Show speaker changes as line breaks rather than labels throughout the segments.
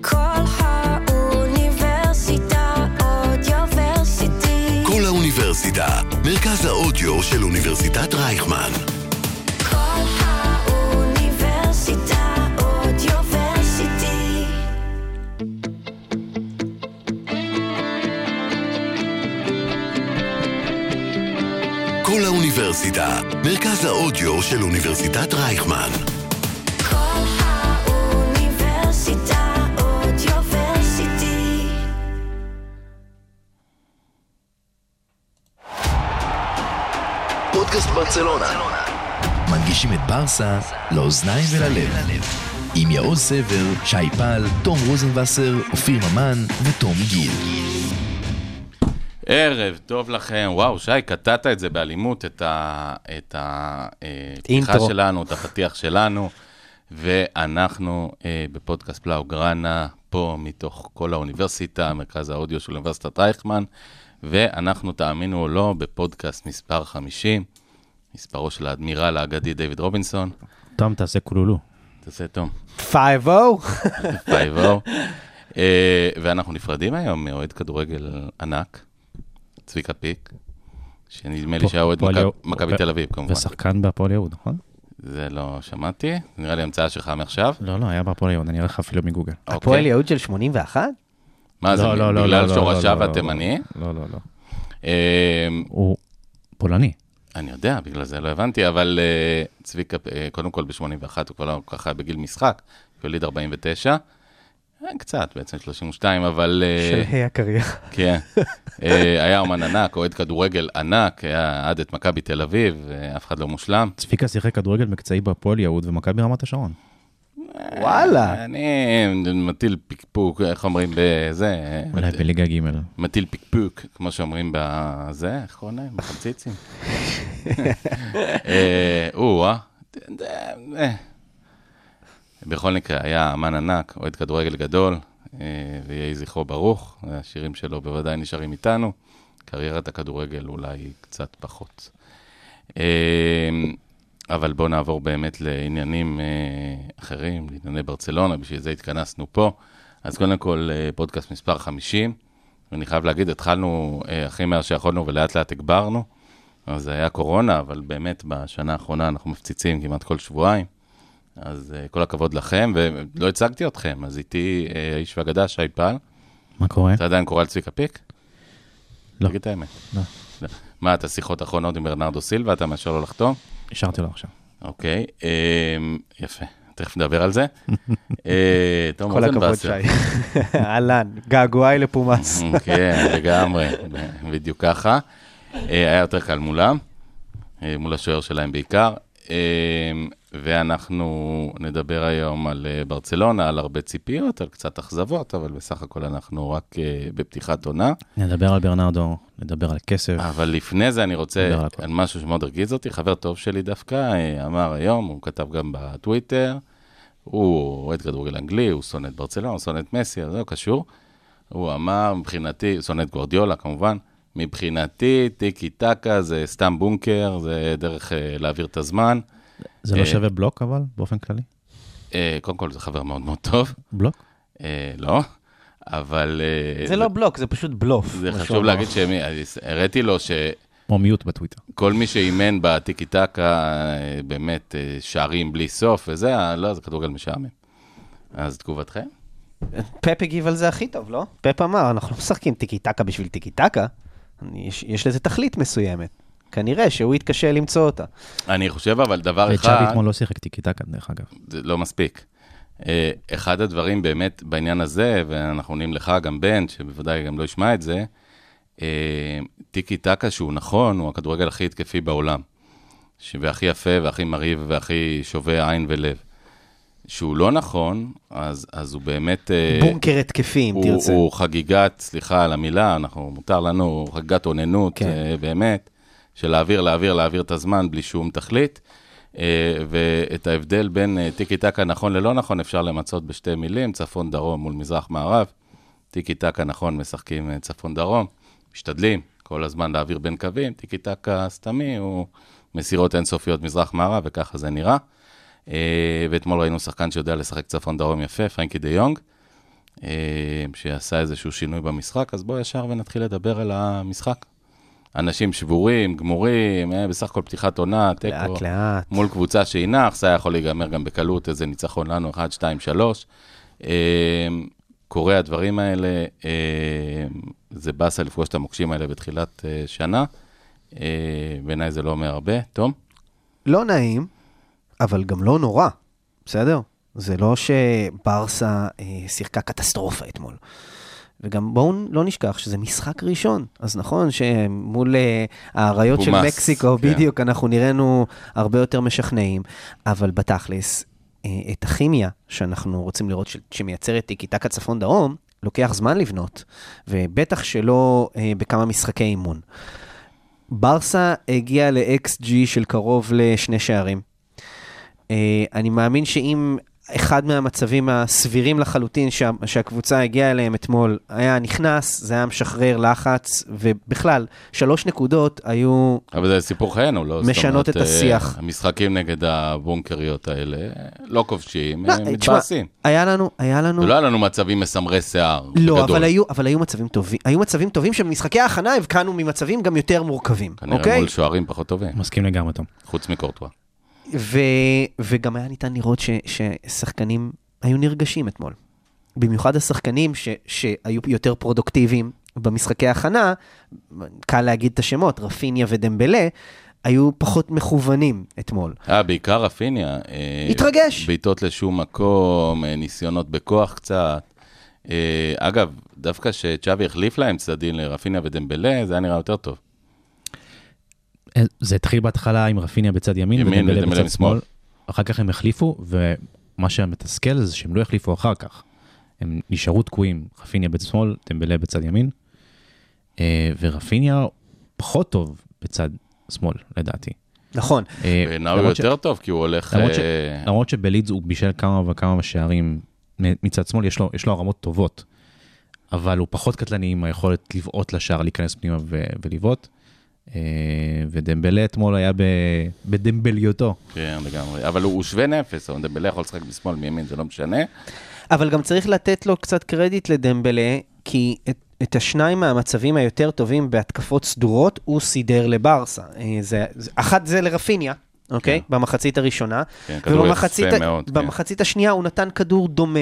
כל האוניברסיטה אודיוורסיטי.
כל האוניברסיטה, מרכז האודיו של אוניברסיטת רייכמן.
כל האוניברסיטה אודיוורסיטי.
כל האוניברסיטה, מרכז האודיו של אוניברסיטת רייכמן.
כל האוניברסיטה אודיוורסיטי.
פודקאסט ברצלונה.
מנגישים את ברסה לאוזניים וללב. עם יעוז סבר, שי פל, תום רוזנבסר, אופיר ממן ותום גיל.
ערב טוב לכם. וואו, שי, קטעת את זה באלימות, את הפתיחה
אינטרו.
שלנו, את הפתיח שלנו, ואנחנו אה, בפודקאסט פלאוגרנה, פה מתוך כל האוניברסיטה, מרכז האודיו של אוניברסיטת רייכמן, ואנחנו, תאמינו או לא, בפודקאסט מספר 50, מספרו של האדמירל האגדי דיוויד רובינסון.
תום, תעשה קולולו.
תעשה תום,
5-0?
ביי ואו. אה, ואנחנו נפרדים היום מאוהד כדורגל ענק, צביקה פיק, שנדמה לי
פה-
שהיה אוהד
פועל
מכב-
יהוד-
מכבי
ו-
תל אביב כמובן.
ושחקן בהפועל יהוד, נכון?
זה לא שמעתי, זה נראה לי המצאה שלך מעכשיו.
לא, לא, היה בהפועל יהוד, אני אראה לך אפילו מגוגל.
הפועל
אוקיי.
יהוד של 81?
מה זה,
לא, לא, לא,
בגלל
לא, לא,
שורשיו
לא, לא,
התימני?
לא, לא, לא.
אה,
הוא פולני.
אני יודע, בגלל זה לא הבנתי, אבל אה, צביקה, אה, קודם כל ב-81 הוא כבר לא כל כך היה בגיל משחק, הוא יליד 49, אה, קצת בעצם 32, אבל... אה,
של ה' הקריירה.
כן. אה, היה אומן ענק, אוהד כדורגל ענק, היה עד את מכבי תל אביב, אה, אף אחד לא מושלם.
צביקה שיחק כדורגל מקצועי בהפועל יהוד ומכבי רמת השרון.
וואלה.
אני מטיל פקפוק, איך אומרים בזה? אה,
אולי
מת-
בליגה ג'.
מטיל פקפוק, כמו שאומרים בזה, איך קוראים להם? בחמציצים. אה, או אה. אה. בכל מקרה, היה אמן ענק, אוהד כדורגל גדול, אה, ויהי זכרו ברוך. השירים שלו בוודאי נשארים איתנו. קריירת הכדורגל אולי קצת פחות. אה, אבל בואו נעבור באמת לעניינים אה, אחרים, לענייני ברצלונה, בשביל זה התכנסנו פה. אז קודם כל, אה, פודקאסט מספר 50, ואני חייב להגיד, התחלנו אה, הכי מהר שיכולנו ולאט לאט הגברנו. אז זה היה קורונה, אבל באמת בשנה האחרונה אנחנו מפציצים כמעט כל שבועיים. אז אה, כל הכבוד לכם, ולא הצגתי אתכם, אז איתי אה, האיש והגדה, שי
כן.
פל.
מה קורה?
אתה עדיין קורא על צביקה פיק?
לא.
תגיד את האמת.
לא.
לא. מה, אתה שיחות אחרונות עם ברנרדו סילבה, אתה מאשר לו לחתום?
השארתי לו עכשיו.
אוקיי, אמ, יפה, תכף נדבר על זה. אה, תום
כל הכבוד שי.
רוזנבסר.
אהלן, געגועי לפומאס.
כן, לגמרי, ב- בדיוק ככה. אה, היה יותר קל מולם, אה, מול השוער שלהם בעיקר. אה, ואנחנו נדבר היום על אה, ברצלונה, על הרבה ציפיות, על קצת אכזבות, אבל בסך הכל אנחנו רק אה, בפתיחת עונה.
נדבר על ברנרדו, נדבר על כסף.
כן.
אבל לפני זה אני רוצה,
נדבר על הכל.
על משהו שמאוד הרגיז אותי, חבר טוב שלי דווקא אה, אמר היום, הוא כתב גם בטוויטר, הוא אוהד כדורגל אנגלי, הוא שונא את ברצלונה, הוא שונא את מסי, אז זה לא קשור. הוא אמר, מבחינתי, הוא שונא את גוורדיולה כמובן, מבחינתי טיקי טקה זה סתם בונקר, זה דרך אה, להעביר את הזמן.
זה לא
אה,
שווה בלוק אבל, באופן כללי?
אה, קודם כל, זה חבר מאוד מאוד טוב,
בלוק?
אה, לא, אבל... אה,
זה לא בלוק, זה פשוט בלוף.
זה
מה שהוא
חשוב
אמר.
להגיד שהראיתי לו ש...
או מיוט בטוויטר.
כל מי שאימן בטיקי טקה, אה, באמת, אה, שערים בלי סוף וזה, אה, לא, זה כדורגל משעמם. אז תגובתכם?
פפ הגיב על זה הכי טוב, לא? פפ אמר, אנחנו לא משחקים טיקי טקה בשביל טיקי טקה, אני- יש- יש לזה תכלית מסוימת. כנראה שהוא יתקשה למצוא אותה.
אני חושב אבל דבר
וצ'אבי
אחד,
אתמול לא שיחק טיקי טקה, דרך אגב.
זה לא מספיק. אה, אחד הדברים באמת בעניין הזה, ואנחנו עונים לך, גם בן, שבוודאי גם לא ישמע את זה, אה, טיקי טקה, שהוא נכון, הוא הכדורגל הכי התקפי בעולם. ש- והכי יפה, והכי מרהיב, והכי שובה עין ולב. שהוא לא נכון, אז, אז הוא באמת... אה,
בונקר התקפי, אם
הוא-
תרצה.
הוא חגיגת, סליחה על המילה, אנחנו, מותר לנו, הוא חגיגת אוננות,
כן.
אה, באמת, של להעביר, להעביר, להעביר את הזמן בלי שום תכלית. אה, ואת ההבדל בין אה, טיקי טקה נכון ללא נכון אפשר למצות בשתי מילים, צפון דרום מול מזרח מערב. טיקי טקה נכון, משחקים אה, צפון דרום, משתדלים כל הזמן להעביר בין קווים, טיקי טקה סתמי הוא מסירות אינסופיות מזרח מערב וככה זה נראה. אה, ואתמול ראינו שחקן שיודע לשחק צפון דרום יפה, פרנקי דה יונג, אה, שעשה איזשהו שינוי במשחק, אז בואו ישר ונתחיל לדבר על המשחק. אנשים שבורים, גמורים, אה, בסך הכל פתיחת עונה, תיקו.
לאט לאט.
מול קבוצה שהיא נח, זה היה יכול להיגמר גם בקלות, איזה ניצחון לנו, 1, 2, 3. אה, קורה הדברים האלה, אה, זה באסה לפגוש את המוקשים האלה בתחילת אה, שנה. אה, בעיניי זה לא אומר הרבה. תום?
לא נעים, אבל גם לא נורא, בסדר? זה לא שברסה אה, שיחקה קטסטרופה אתמול. וגם בואו לא נשכח שזה משחק ראשון. אז נכון שמול אה, האריות של
חומאס,
מקסיקו,
כן.
בדיוק, אנחנו נראינו הרבה יותר משכנעים, אבל בתכלס, אה, את הכימיה שאנחנו רוצים לראות ש- שמייצרת טיקי טקה צפון דרום, לוקח זמן לבנות, ובטח שלא אה, בכמה משחקי אימון. ברסה הגיעה ל-XG של קרוב לשני שערים. אה, אני מאמין שאם אחד מהמצבים הסבירים לחלוטין שה, שהקבוצה הגיעה אליהם אתמול היה נכנס, זה היה משחרר לחץ, ובכלל, שלוש נקודות היו...
אבל זה סיפור חיינו, לא? זאת
משנות
אומרת,
את
אה,
השיח.
המשחקים נגד הבונקריות האלה, אה, לא כובשים,
לא,
הם
תשמע,
מתבאסים.
היה לנו, היה לנו...
ולא לא היה לנו מצבים מסמרי שיער.
לא,
בגדול.
אבל היו, אבל היו מצבים טובים, היו מצבים טובים שבמשחקי ההכנה הבקענו ממצבים גם יותר מורכבים,
כנראה
אוקיי?
מול שוערים פחות טובים,
מסכים לגמרי, תום.
חוץ מקורטואה.
ו, וגם היה ניתן לראות ש, ששחקנים היו נרגשים אתמול. במיוחד השחקנים ש, שהיו יותר פרודוקטיביים במשחקי הכנה, קל להגיד את השמות, רפיניה ודמבלה, היו פחות מכוונים אתמול.
אה, בעיקר רפיניה. אה,
התרגש.
בעיטות לשום מקום, אה, ניסיונות בכוח קצת. אה, אגב, דווקא שצ'אבי החליף להם צדדים לרפיניה ודמבלה, זה היה נראה יותר טוב.
אה, זה התחיל בהתחלה עם רפיניה בצד ימין,
ימין
ודמבלה
ודמבלה
בצד
משמאל.
שמאל. אחר כך הם החליפו, ומה שמתסכל זה שהם לא החליפו אחר כך. הם נשארו תקועים, רפיניה בצד שמאל, דמבלה בצד ימין. אה, ורפיניה פחות טוב בצד שמאל, לדעתי.
נכון,
אה,
בעיניי הוא
למרות ש-
יותר טוב, כי הוא הולך...
למרות ש-
אה,
כן. למרות שבלידס הוא בישל כמה וכמה שערים מ- מצד שמאל, יש לו, יש לו הרמות טובות, אבל הוא פחות קטלני עם היכולת לבעוט לשער, להיכנס פנימה ו- ולבעוט. אה, ודמבלה אתמול היה ב- בדמבליותו.
כן, לגמרי. אבל הוא הוא שווה נפש, אבל דמבלה יכול לשחק משמאל, מימין, זה לא משנה.
אבל גם צריך לתת לו קצת קרדיט לדמבלה, כי את, את השניים מהמצבים היותר טובים בהתקפות סדורות הוא סידר לברסה. אה, זה, זה, אחת זה לרפיניה. אוקיי? Okay, במחצית הראשונה.
כן, כדור
ובמחצית
יפה
ה-
מאוד, כן.
במחצית השנייה הוא נתן כדור דומה.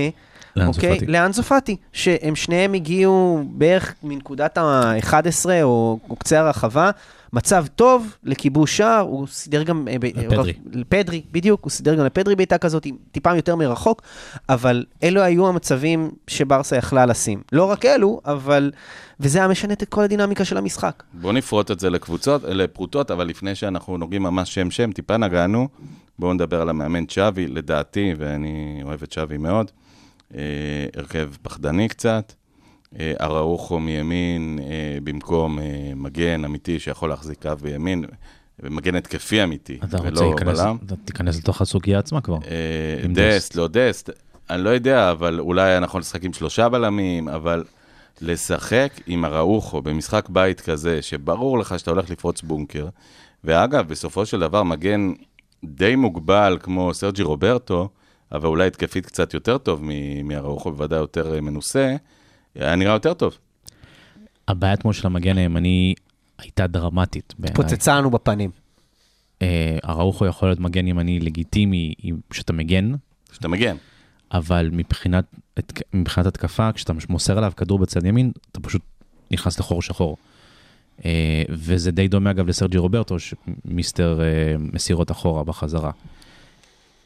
לאנזו
אוקיי?
פאטי.
לאנזו פאטי. שהם שניהם הגיעו בערך מנקודת ה-11 או, או קצה הרחבה. מצב טוב לכיבוש שער, הוא סידר גם... אה, ב-
לפדרי.
לפדרי, בדיוק, הוא סידר גם לפדרי בעיטה כזאת, עם- טיפה יותר מרחוק, אבל אלו היו המצבים שברסה יכלה לשים. לא רק אלו, אבל... וזה היה משנה את כל הדינמיקה של המשחק.
בואו נפרוט את זה לקבוצות, לפרוטות, אבל לפני שאנחנו נוגעים ממש שם-שם, טיפה נגענו, בואו נדבר על המאמן צ'אבי, לדעתי, ואני אוהב את צ'אבי מאוד, אה, הרכב פחדני קצת, אה, אראוחו מימין אה, במקום אה, מגן אמיתי שיכול להחזיק קו בימין, ומגן התקפי אמיתי,
אתה רוצה
ולא
להיכנס,
בלם.
אתה תיכנס לתוך הסוגיה עצמה כבר.
אה,
עם
דסט,
דסט.
לא דסט, אני לא יודע, אבל אולי היה נכון לשחק עם שלושה בלמים, אבל לשחק עם אראוחו במשחק בית כזה, שברור לך שאתה הולך לפרוץ בונקר, ואגב, בסופו של דבר מגן די מוגבל כמו סרג'י רוברטו, אבל אולי התקפית קצת יותר טוב מ- מאראוחו, בוודאי יותר אה, מנוסה, היה נראה יותר טוב.
הבעיה אתמול של המגן הימני הייתה דרמטית בעיניי.
פוצצה לנו בפנים.
אה, אראוחו יכול להיות מגן ימני לגיטימי עם- כשאתה מגן,
שאתה מגן.
אבל מבחינת, התק- מבחינת התקפה, כשאתה מוסר עליו כדור בצד ימין, אתה פשוט נכנס לחור שחור. אה, וזה די דומה אגב לסרג'י רוברטו, שמיסטר אה, מסירות אחורה בחזרה.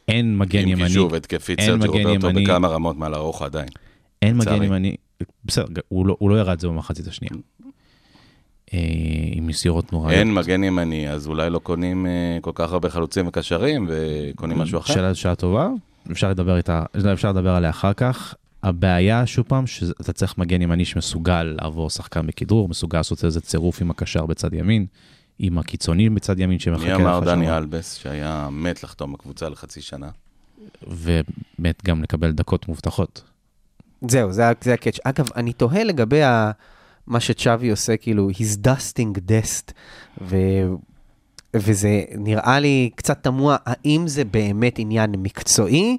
אין מגן
אם כי
כן, ימני,
שוב, התקפית
אין
סרג'י
מגן
רוברטו
ימני.
בכמה רמות מעל אראוחו עדיין.
אין מגן
לצערי.
ימני, בסדר, הוא לא, הוא לא ירד זה במחצית השנייה. אה, עם מסירות נוראיות.
אין מגן ימני, אז אולי לא קונים אה, כל כך הרבה חלוצים וקשרים, וקונים משהו אחר.
שאלה, שאלה טובה, אפשר לדבר איתה, לא, אפשר לדבר עליה אחר כך. הבעיה, שוב פעם, שאתה צריך מגן ימני שמסוגל לעבור שחקן בכדרור, מסוגל לעשות איזה צירוף עם הקשר בצד ימין, עם הקיצוני בצד ימין שמחכה
מי
לך
אמר
שם,
דני אלבס, שהיה מת לחתום בקבוצה לחצי שנה?
אה, ובאמת גם לקבל דקות מובטחות.
זהו, זה, ה- זה הקאץ'. אגב, אני תוהה לגבי ה, מה שצ'אבי עושה, כאילו, he's dusting dust, ו... וזה נראה לי קצת תמוה, האם זה באמת עניין מקצועי,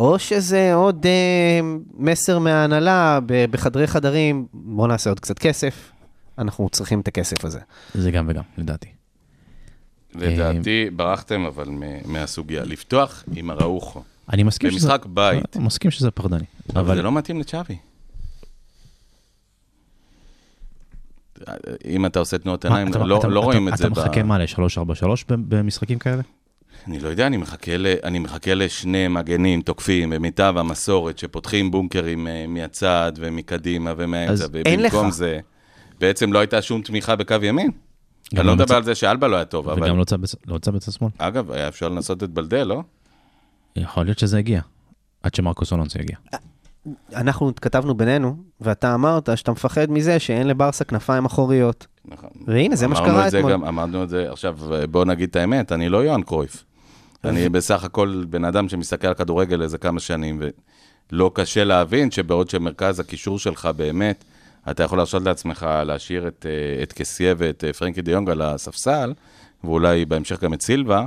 או שזה עוד אה, מסר מההנהלה ב- בחדרי חדרים, בואו נעשה עוד קצת כסף, אנחנו צריכים את הכסף הזה.
זה גם וגם, לדעתי. אה,
לדעתי, ברחתם, אבל מ- מהסוגיה. לפתוח עם אראוחו.
אני מסכים שזה...
במשחק בית.
אני מסכים שזה פחדני.
אבל זה לא מתאים לצ'אבי. אה, אם אתה עושה תנועות
מה,
עיניים,
אתה-
לא-
אתה-
לא
אתה-
רואים את זה. ב-
אתה מחכה מה, ל-3-4-3 במשחקים כאלה?
אני לא יודע, אני מחכה, ל... אני מחכה לשני מגנים תוקפים במיטב המסורת, שפותחים בונקרים אה, מהצד ומקדימה ומהאמצע,
אז
אין
ובמקום
לך.
זה, בעצם לא הייתה שום תמיכה בקו ימין.
גם
אני לא
לא
מדבר
מצ-
על זה שאלבה לא היה טוב, אבל...
וגם לא צד בצד- לא צד בצד שמאל.
אגב, היה אפשר לנסות את בלדל, לא?
יכול להיות שזה הגיע, עד שמרקוס אולונסו יגיע.
אנחנו כתבנו בינינו, ואתה אמרת שאתה מפחד מזה שאין לברסה כנפיים אחוריות.
נכון.
והנה, זה מה
אמרנו
שקרה
את זה
אתמול.
גם- אמרנו את זה, עכשיו בואו נגיד את האמת, אני לא יוהאן קרויף. אני בסך הכל בן אדם שמסתכל על כדורגל איזה כמה שנים, ולא קשה להבין שבעוד שמרכז הקישור שלך באמת, אתה יכול להרשות לעצמך להשאיר את, אה, את קסיה ואת אה, פרנקי דיונג על הספסל, ואולי בהמשך גם את סילבה,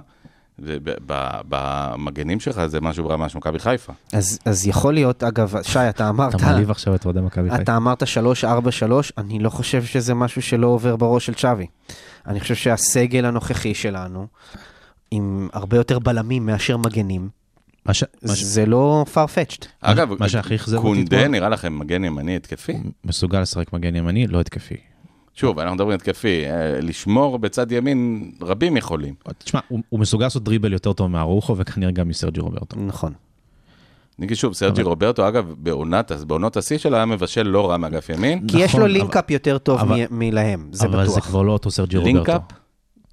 וב- ב- במגנים שלך זה משהו ברמה של מכבי חיפה.
אז, אז יכול להיות, אגב, שי, אתה אמרת...
אתה מעליב עכשיו את אוהדי מכבי חיפה.
אתה אמרת 3-4-3, אני לא חושב שזה משהו שלא עובר בראש של צ'אבי. אני חושב שהסגל הנוכחי שלנו, עם הרבה יותר בלמים מאשר מגנים,
מה ש- מה ש-
זה לא farfetched.
אגב,
מה שהכי אכזב אותי
קונדה
אתמול-
נראה לכם מגן ימני התקפי?
מסוגל לשחק מגן ימני, לא התקפי.
שוב, אנחנו מדברים התקפי, אה, לשמור בצד ימין רבים יכולים.
תשמע, הוא הוא מסוגל לעשות דריבל יותר טוב מארוחו, וכנראה גם מסרג'י רוברטו.
נכון.
נגיד שוב, סרג'י רוברטו, אגב, בעונת, בעונות השיא שלו היה מבשל לא רע מאגף ימין.
כי יש
נכון,
לו
אבל-
לינקאפ יותר טוב
אבל-
מ- מלהם, זה
אבל זה
בטוח.
כבר לא אותו סרג'י רוברטו.
לינקאפ?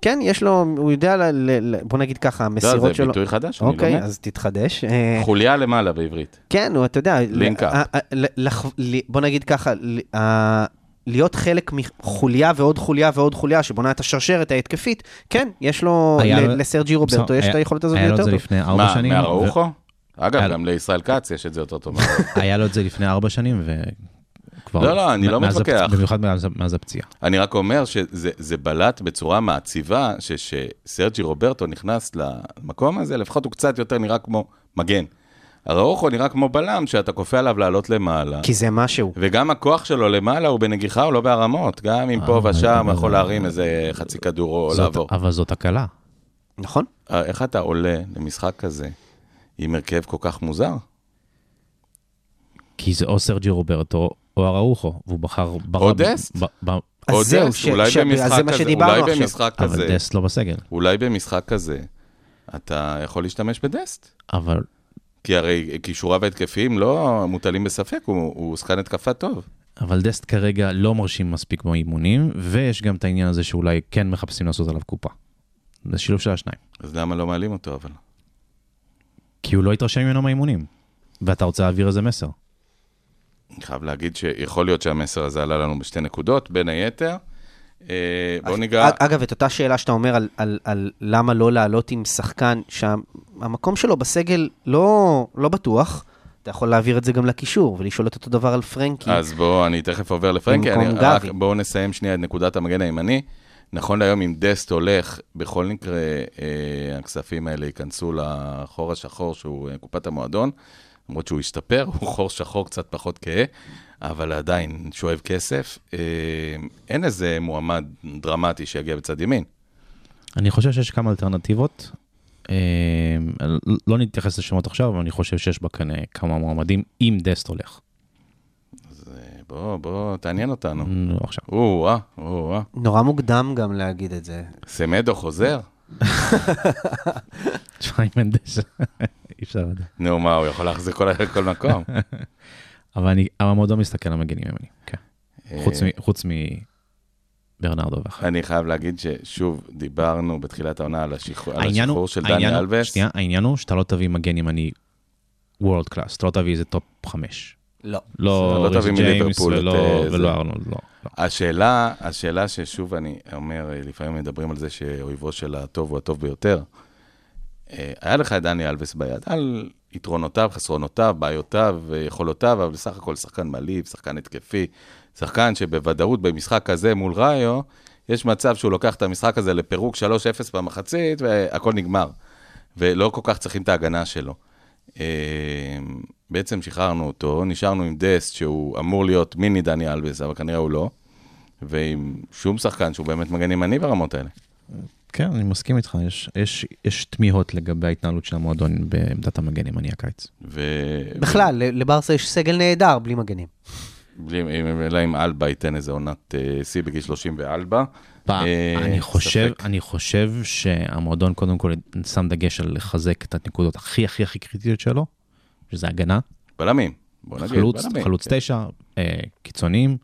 כן, יש לו, הוא יודע, ל- ל- ל- בוא נגיד ככה,
לא,
המסירות
זה
שלו...
ביטוי חדש, אני
אוקיי,
לומד.
אז תתחדש.
נכון.
אה,
חוליה למעלה בעברית.
כן, הוא, אתה יודע,
לינקאפ.
ה- ה- ל- לח- ל- בוא נגיד ככה, ל- ה- להיות חלק מחוליה ועוד חוליה ועוד חוליה שבונה את השרשרת ההתקפית, כן, יש לו,
היה
ל-
לו-
לסרג'י רוברטו יש
היה-
את היכולת הזאת
היה לו
יותר
את זה
טוב.
לפני ארבע
מה,
שנים.
מאראוחו? אגב,
היה-
גם לישראל כץ יש את זה יותר טוב.
ו- היה לו את זה לפני ארבע שנים, וכבר...
לא, לא, אני לא
מאז הפ-
מתווכח.
במיוחד מאז- מאז הפציעה.
אני רק אומר שזה זה בלט בצורה מעציבה, שכשסרג'י רוברטו נכנס למקום הזה, לפחות הוא קצת יותר נראה כמו מגן. אראוחו נראה כמו בלם, שאתה כופה עליו לעלות למעלה.
כי זה משהו.
וגם הכוח שלו למעלה הוא בנגיחה או לא בהרמות, גם אם פה
אה,
ושם הוא
אבל-
יכול להרים איזה חצי כדור או
זאת-
לעבור.
אבל זאת הקלה.
נכון?
אה, איך אתה עולה למשחק כזה עם הרכב כל כך מוזר?
כי זה או סרג'י רוברטו או אראוחו, והוא בחר... ב-
או
ב-
דסט.
ב- ב-
אז
עוד
זהו,
דסק,
ש-
אולי
ש- אז
במשחק
זה מה
כזה-
שדיברנו
אולי
עכשיו.
במשחק
אבל
כזה,
דסט לא בסגל.
אולי במשחק כזה, אתה יכול להשתמש בדסט.
אבל
כי הרי כישוריו ההתקפיים לא מוטלים בספק, הוא הוא שחקן התקפה טוב.
אבל דסט כרגע לא מרשים מספיק באימונים, ויש גם את העניין הזה שאולי כן מחפשים לעשות עליו קופה. זה שילוב של השניים.
אז למה לא מעלים אותו אבל?
כי הוא לא התרשם ממנו מהאימונים, ואתה רוצה להעביר איזה מסר.
אני חייב להגיד שיכול להיות שהמסר הזה עלה לנו בשתי נקודות, בין היתר. אה, בואו ניגע...
אג- אגב, את אותה שאלה שאתה אומר על, על, על למה לא לעלות עם שחקן שהמקום שלו בסגל לא, לא בטוח, אתה יכול להעביר את זה גם לקישור ולשאול את אותו דבר על פרנקי.
אז בואו, אני תכף עובר לפרנקי.
במקום
אני- רק-
גבי.
בואו נסיים שנייה את נקודת המגן הימני. נכון להיום, אם דסט הולך, בכל מקרה, אה, הכספים האלה ייכנסו לחור השחור, שהוא אה, קופת המועדון. למרות שהוא השתפר, הוא חור שחור קצת פחות כהה, אבל עדיין שואב כסף. אה, אין איזה מועמד דרמטי שיגיע בצד ימין.
אני חושב שיש כמה אלטרנטיבות. אה, לא נתייחס לשמות עכשיו, אבל אני חושב שיש בקנה כמה מועמדים, אם דסט הולך.
אה, בוא, בוא, תעניין אותנו.
Mm-hmm.
לא עכשיו.
או-אה, או-אה.
נורא מוקדם גם להגיד את זה.
סמדו חוזר?
תשמע, אם אין דסט, אי אפשר לדעת.
נו, מה, הוא יכול להחזיק כל- כל מקום.
אבל אני, המועדון מסתכל על מגנים ימני, כן. אה, חוץ מ- חוץ מברנרדו ואחר.
אני חייב להגיד ששוב, דיברנו בתחילת העונה על השחרור, על
העניין הוא-
השחרור של
העניין
דני
הוא-
אלבס.
שנייה, העניין הוא שאתה לא תביא מגן ימני וורלד קלאס, אתה לא תביא איזה טופ חמש.
לא.
אתה לא
לא
תביא
ריס ג'יימס
מליברפול את,
ולא
אה, זה.
ולא ארנולד, לא. לא.
השאלה, השאלה ששוב אני אומר, אה, לפעמים מדברים על זה שאויבו של הטוב הוא הטוב ביותר. אה, היה לך את דני אלבס ביד, על יתרונותיו, חסרונותיו, בעיותיו, אה, יכולותיו, אבל בסך הכל שחקן מעליב, שחקן התקפי, שחקן שבוודאות במשחק הזה מול ראיו, יש מצב שהוא לוקח את המשחק הזה לפירוק 3-0 במחצית, והכל נגמר. ולא כל כך צריכים את ההגנה שלו. אה, בעצם שחררנו אותו, נשארנו עם דסט, שהוא אמור להיות מיני דני אלבס, אבל כנראה הוא לא, ועם שום שחקן שהוא באמת מגן ימני ברמות האלה.
כן, אני מסכים איתך, יש, יש, יש תמיהות לגבי ההתנהלות של המועדון בעמדת המגן ימני הקיץ.
ו...
בכלל, ל- לברסה יש סגל נהדר בלי מגנים.
בלי, אם- אלא אם אלבה ייתן איזה עונת אה, שיא בגיל 30 ואלבה.
פעם,
אה,
אני חושב,
ספק.
אני חושב שהמועדון קודם כל שם דגש על לחזק את הנקודות הכי הכי הכי קריטיות שלו, שזה הגנה,
בלמים, בוא נגיד, כן.
חלוץ,
בלמים.
חלוץ תשע, אה, קיצוניים,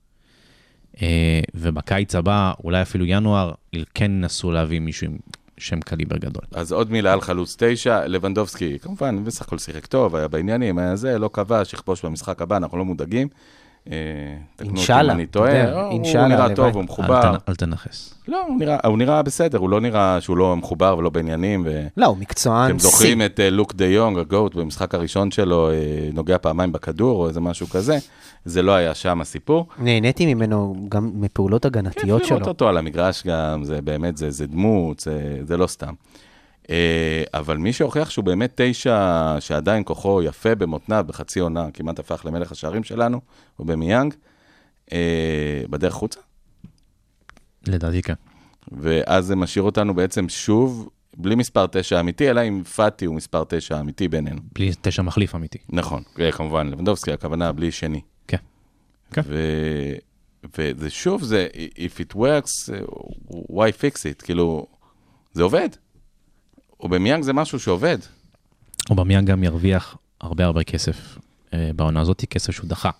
אה, ובקיץ הבא, אולי אפילו ינואר, כן ינסו להביא מישהו עם שם קליבר גדול.
אז עוד מילה על חלוץ תשע, לבנדובסקי, כמובן, בסך הכל שיחק טוב, היה בעניינים, היה זה, לא כבש, יכבוש במשחק הבא, אנחנו לא מודאגים. אה, תקנו אותי אם
אינשאללה,
אני
אתה
טועה, לא,
יודע,
הוא- הוא
אינשאללה,
נראה
הלוואי.
טוב, הוא מחובר.
אל תנ- אל תנכס.
לא, הוא נראה, הוא נראה בסדר, הוא לא נראה שהוא לא מחובר ולא בעניינים. ו...
לא, הוא מקצוען
אתם
שיא.
זוכרים את אה, לוק דה יונג, הגוט, במשחק הראשון שלו, אה, נוגע פעמיים בכדור או איזה משהו כזה, זה לא היה שם הסיפור.
נהניתי ממנו גם מפעולות הגנתיות
כיף כן, לראות
כן, שלו.
אותו על המגרש גם, זה באמת, זה, זה דמות, זה, זה לא סתם. אה, אבל מי שהוכיח שהוא באמת תשע, שעדיין כוחו יפה במותניו, בחצי עונה, כמעט הפך למלך השערים שלנו, הוא במיאנג, אה, בדרך חוצה.
לדעתי כן.
ואז זה משאיר אותנו בעצם שוב, בלי מספר תשע אמיתי, אלא אם פאטי הוא מספר תשע אמיתי בינינו.
בלי תשע מחליף אמיתי.
נכון, אה, כמובן, לבנדובסקי, הכוונה בלי שני.
כן. כן.
ו... וזה שוב, זה If it works, אה, why fix it? כאילו, זה עובד. ובמיאנג זה משהו שעובד.
אובמיאן גם ירוויח הרבה הרבה כסף אה, בעונה הזאת, כסף שהוא דחה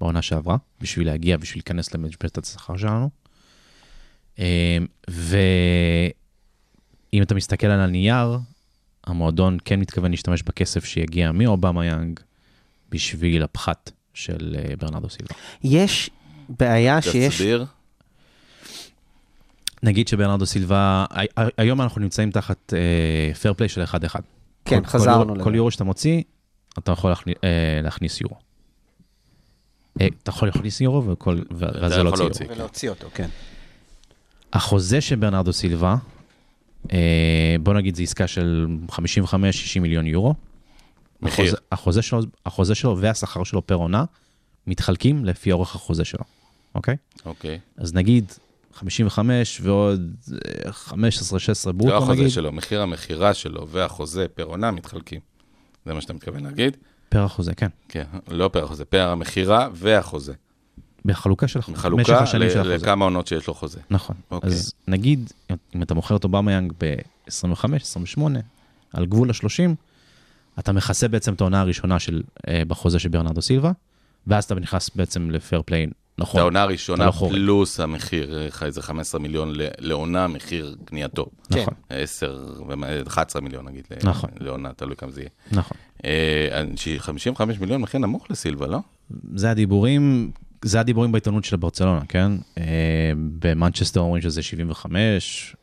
בעונה שעברה, בשביל להגיע, בשביל להיכנס למשבצת השכר שלנו. אה, ואם אתה מסתכל על הנייר, המועדון כן מתכוון להשתמש בכסף שיגיע מאובמה יאנג בשביל הפחת של אה, ברנרדו סילבה.
יש בעיה שיש...
תסביר.
נגיד שברנרדו סילבה, הי- היום אנחנו נמצאים תחת פייר פליי של 1-1.
כן,
כל-
חזרנו
כל, יורו-
לזה.
כל יורו שאתה מוציא, אתה יכול להכניס, אה, להכניס יורו. אה, אתה יכול להכניס יורו וכל, ו- ואז זה
יכול
לא יוצא
להוציא.
יורו.
ולהוציא אותו, כן.
החוזה של ברנרדו סילבה, אה, בוא נגיד זו עסקה של 55-60 מיליון יורו.
מחיר.
החוזה, החוזה, שלו, החוזה שלו והשכר שלו פר עונה מתחלקים לפי אורך החוזה שלו, אוקיי?
אוקיי.
אז נגיד 55 ועוד אה, 15-16
זה לא
ברוטו
החוזה
נגיד,
שלו, מחיר המכירה שלו והחוזה פר עונה מתחלקים. זה מה שאתה מתכוון להגיד?
פר החוזה, כן.
כן, לא פר החוזה, פר המכירה והחוזה.
בחלוקה של החוזה, משך
חלוקה
השנים של
ל-
החוזה.
לכמה עונות שיש לו חוזה.
נכון.
אוקיי.
אז נגיד, אם אתה מוכר את אובמה יאנג ב-25, 28, על גבול ה-30, אתה מכסה בעצם את העונה הראשונה של, אה, בחוזה של ברנרדו סילבה, ואז אתה נכנס בעצם לפייר פליי,
את
נכון.
העונה
אתה
הראשונה
לא חורג.
פלוס המחיר, אה, איזה 15 מיליון ל- לעונה, מחיר קנייתו.
נכון,
10, ומה- 11 מיליון נגיד, ל-
נכון.
לעונה, תלוי כמה זה יהיה.
כן.
נכון.
אה, ש- 55 מיליון מחיר נמוך לסילבה, לא?
זה הדיבורים, זה הדיבורים בעיתונות של ברצלונה, כן? אה, במנצ'סטר אומרים שזה 75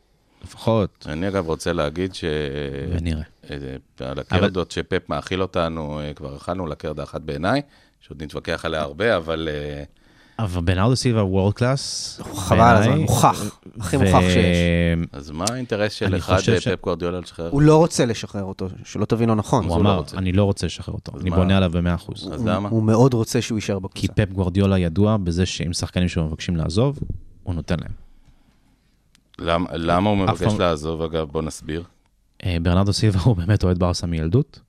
לפחות,
אני אגב רוצה להגיד ש...
ונראה.
אה, על הקרדות שפפ מאכיל אותנו, אה, כבר אכלנו לקרדה אחת בעיניי, שעוד נתווכח עליה הרבה, אבל אה,
אבל ברנרדו סילבה הוא וורד קלאס.
חבל על הזמן, מוכח, הכי מוכח שיש.
אז מה האינטרס של
אני
אחד
חושב
אה,
ש-
פפ גורדיולה לשחרר?
הוא לא רוצה לשחרר אותו, שלא תבין לא נכון.
הוא
הוא לא
אמר,
רוצה.
אני לא רוצה לשחרר אותו, אני
מה?
בונה עליו ב-100%.
אז למה?
הוא מאוד רוצה שהוא יישאר
כי
בקבוצה.
פפ גוורדיולה ידוע בזה שאם שחקנים שלו מבקשים לעזוב, הוא נותן להם.
למ- למה הוא
אף
מבקש
פעם-
לעזוב, אגב? בוא נסביר.
אה, ברנרדו סילבה הוא באמת אוהד ברסה מילדות,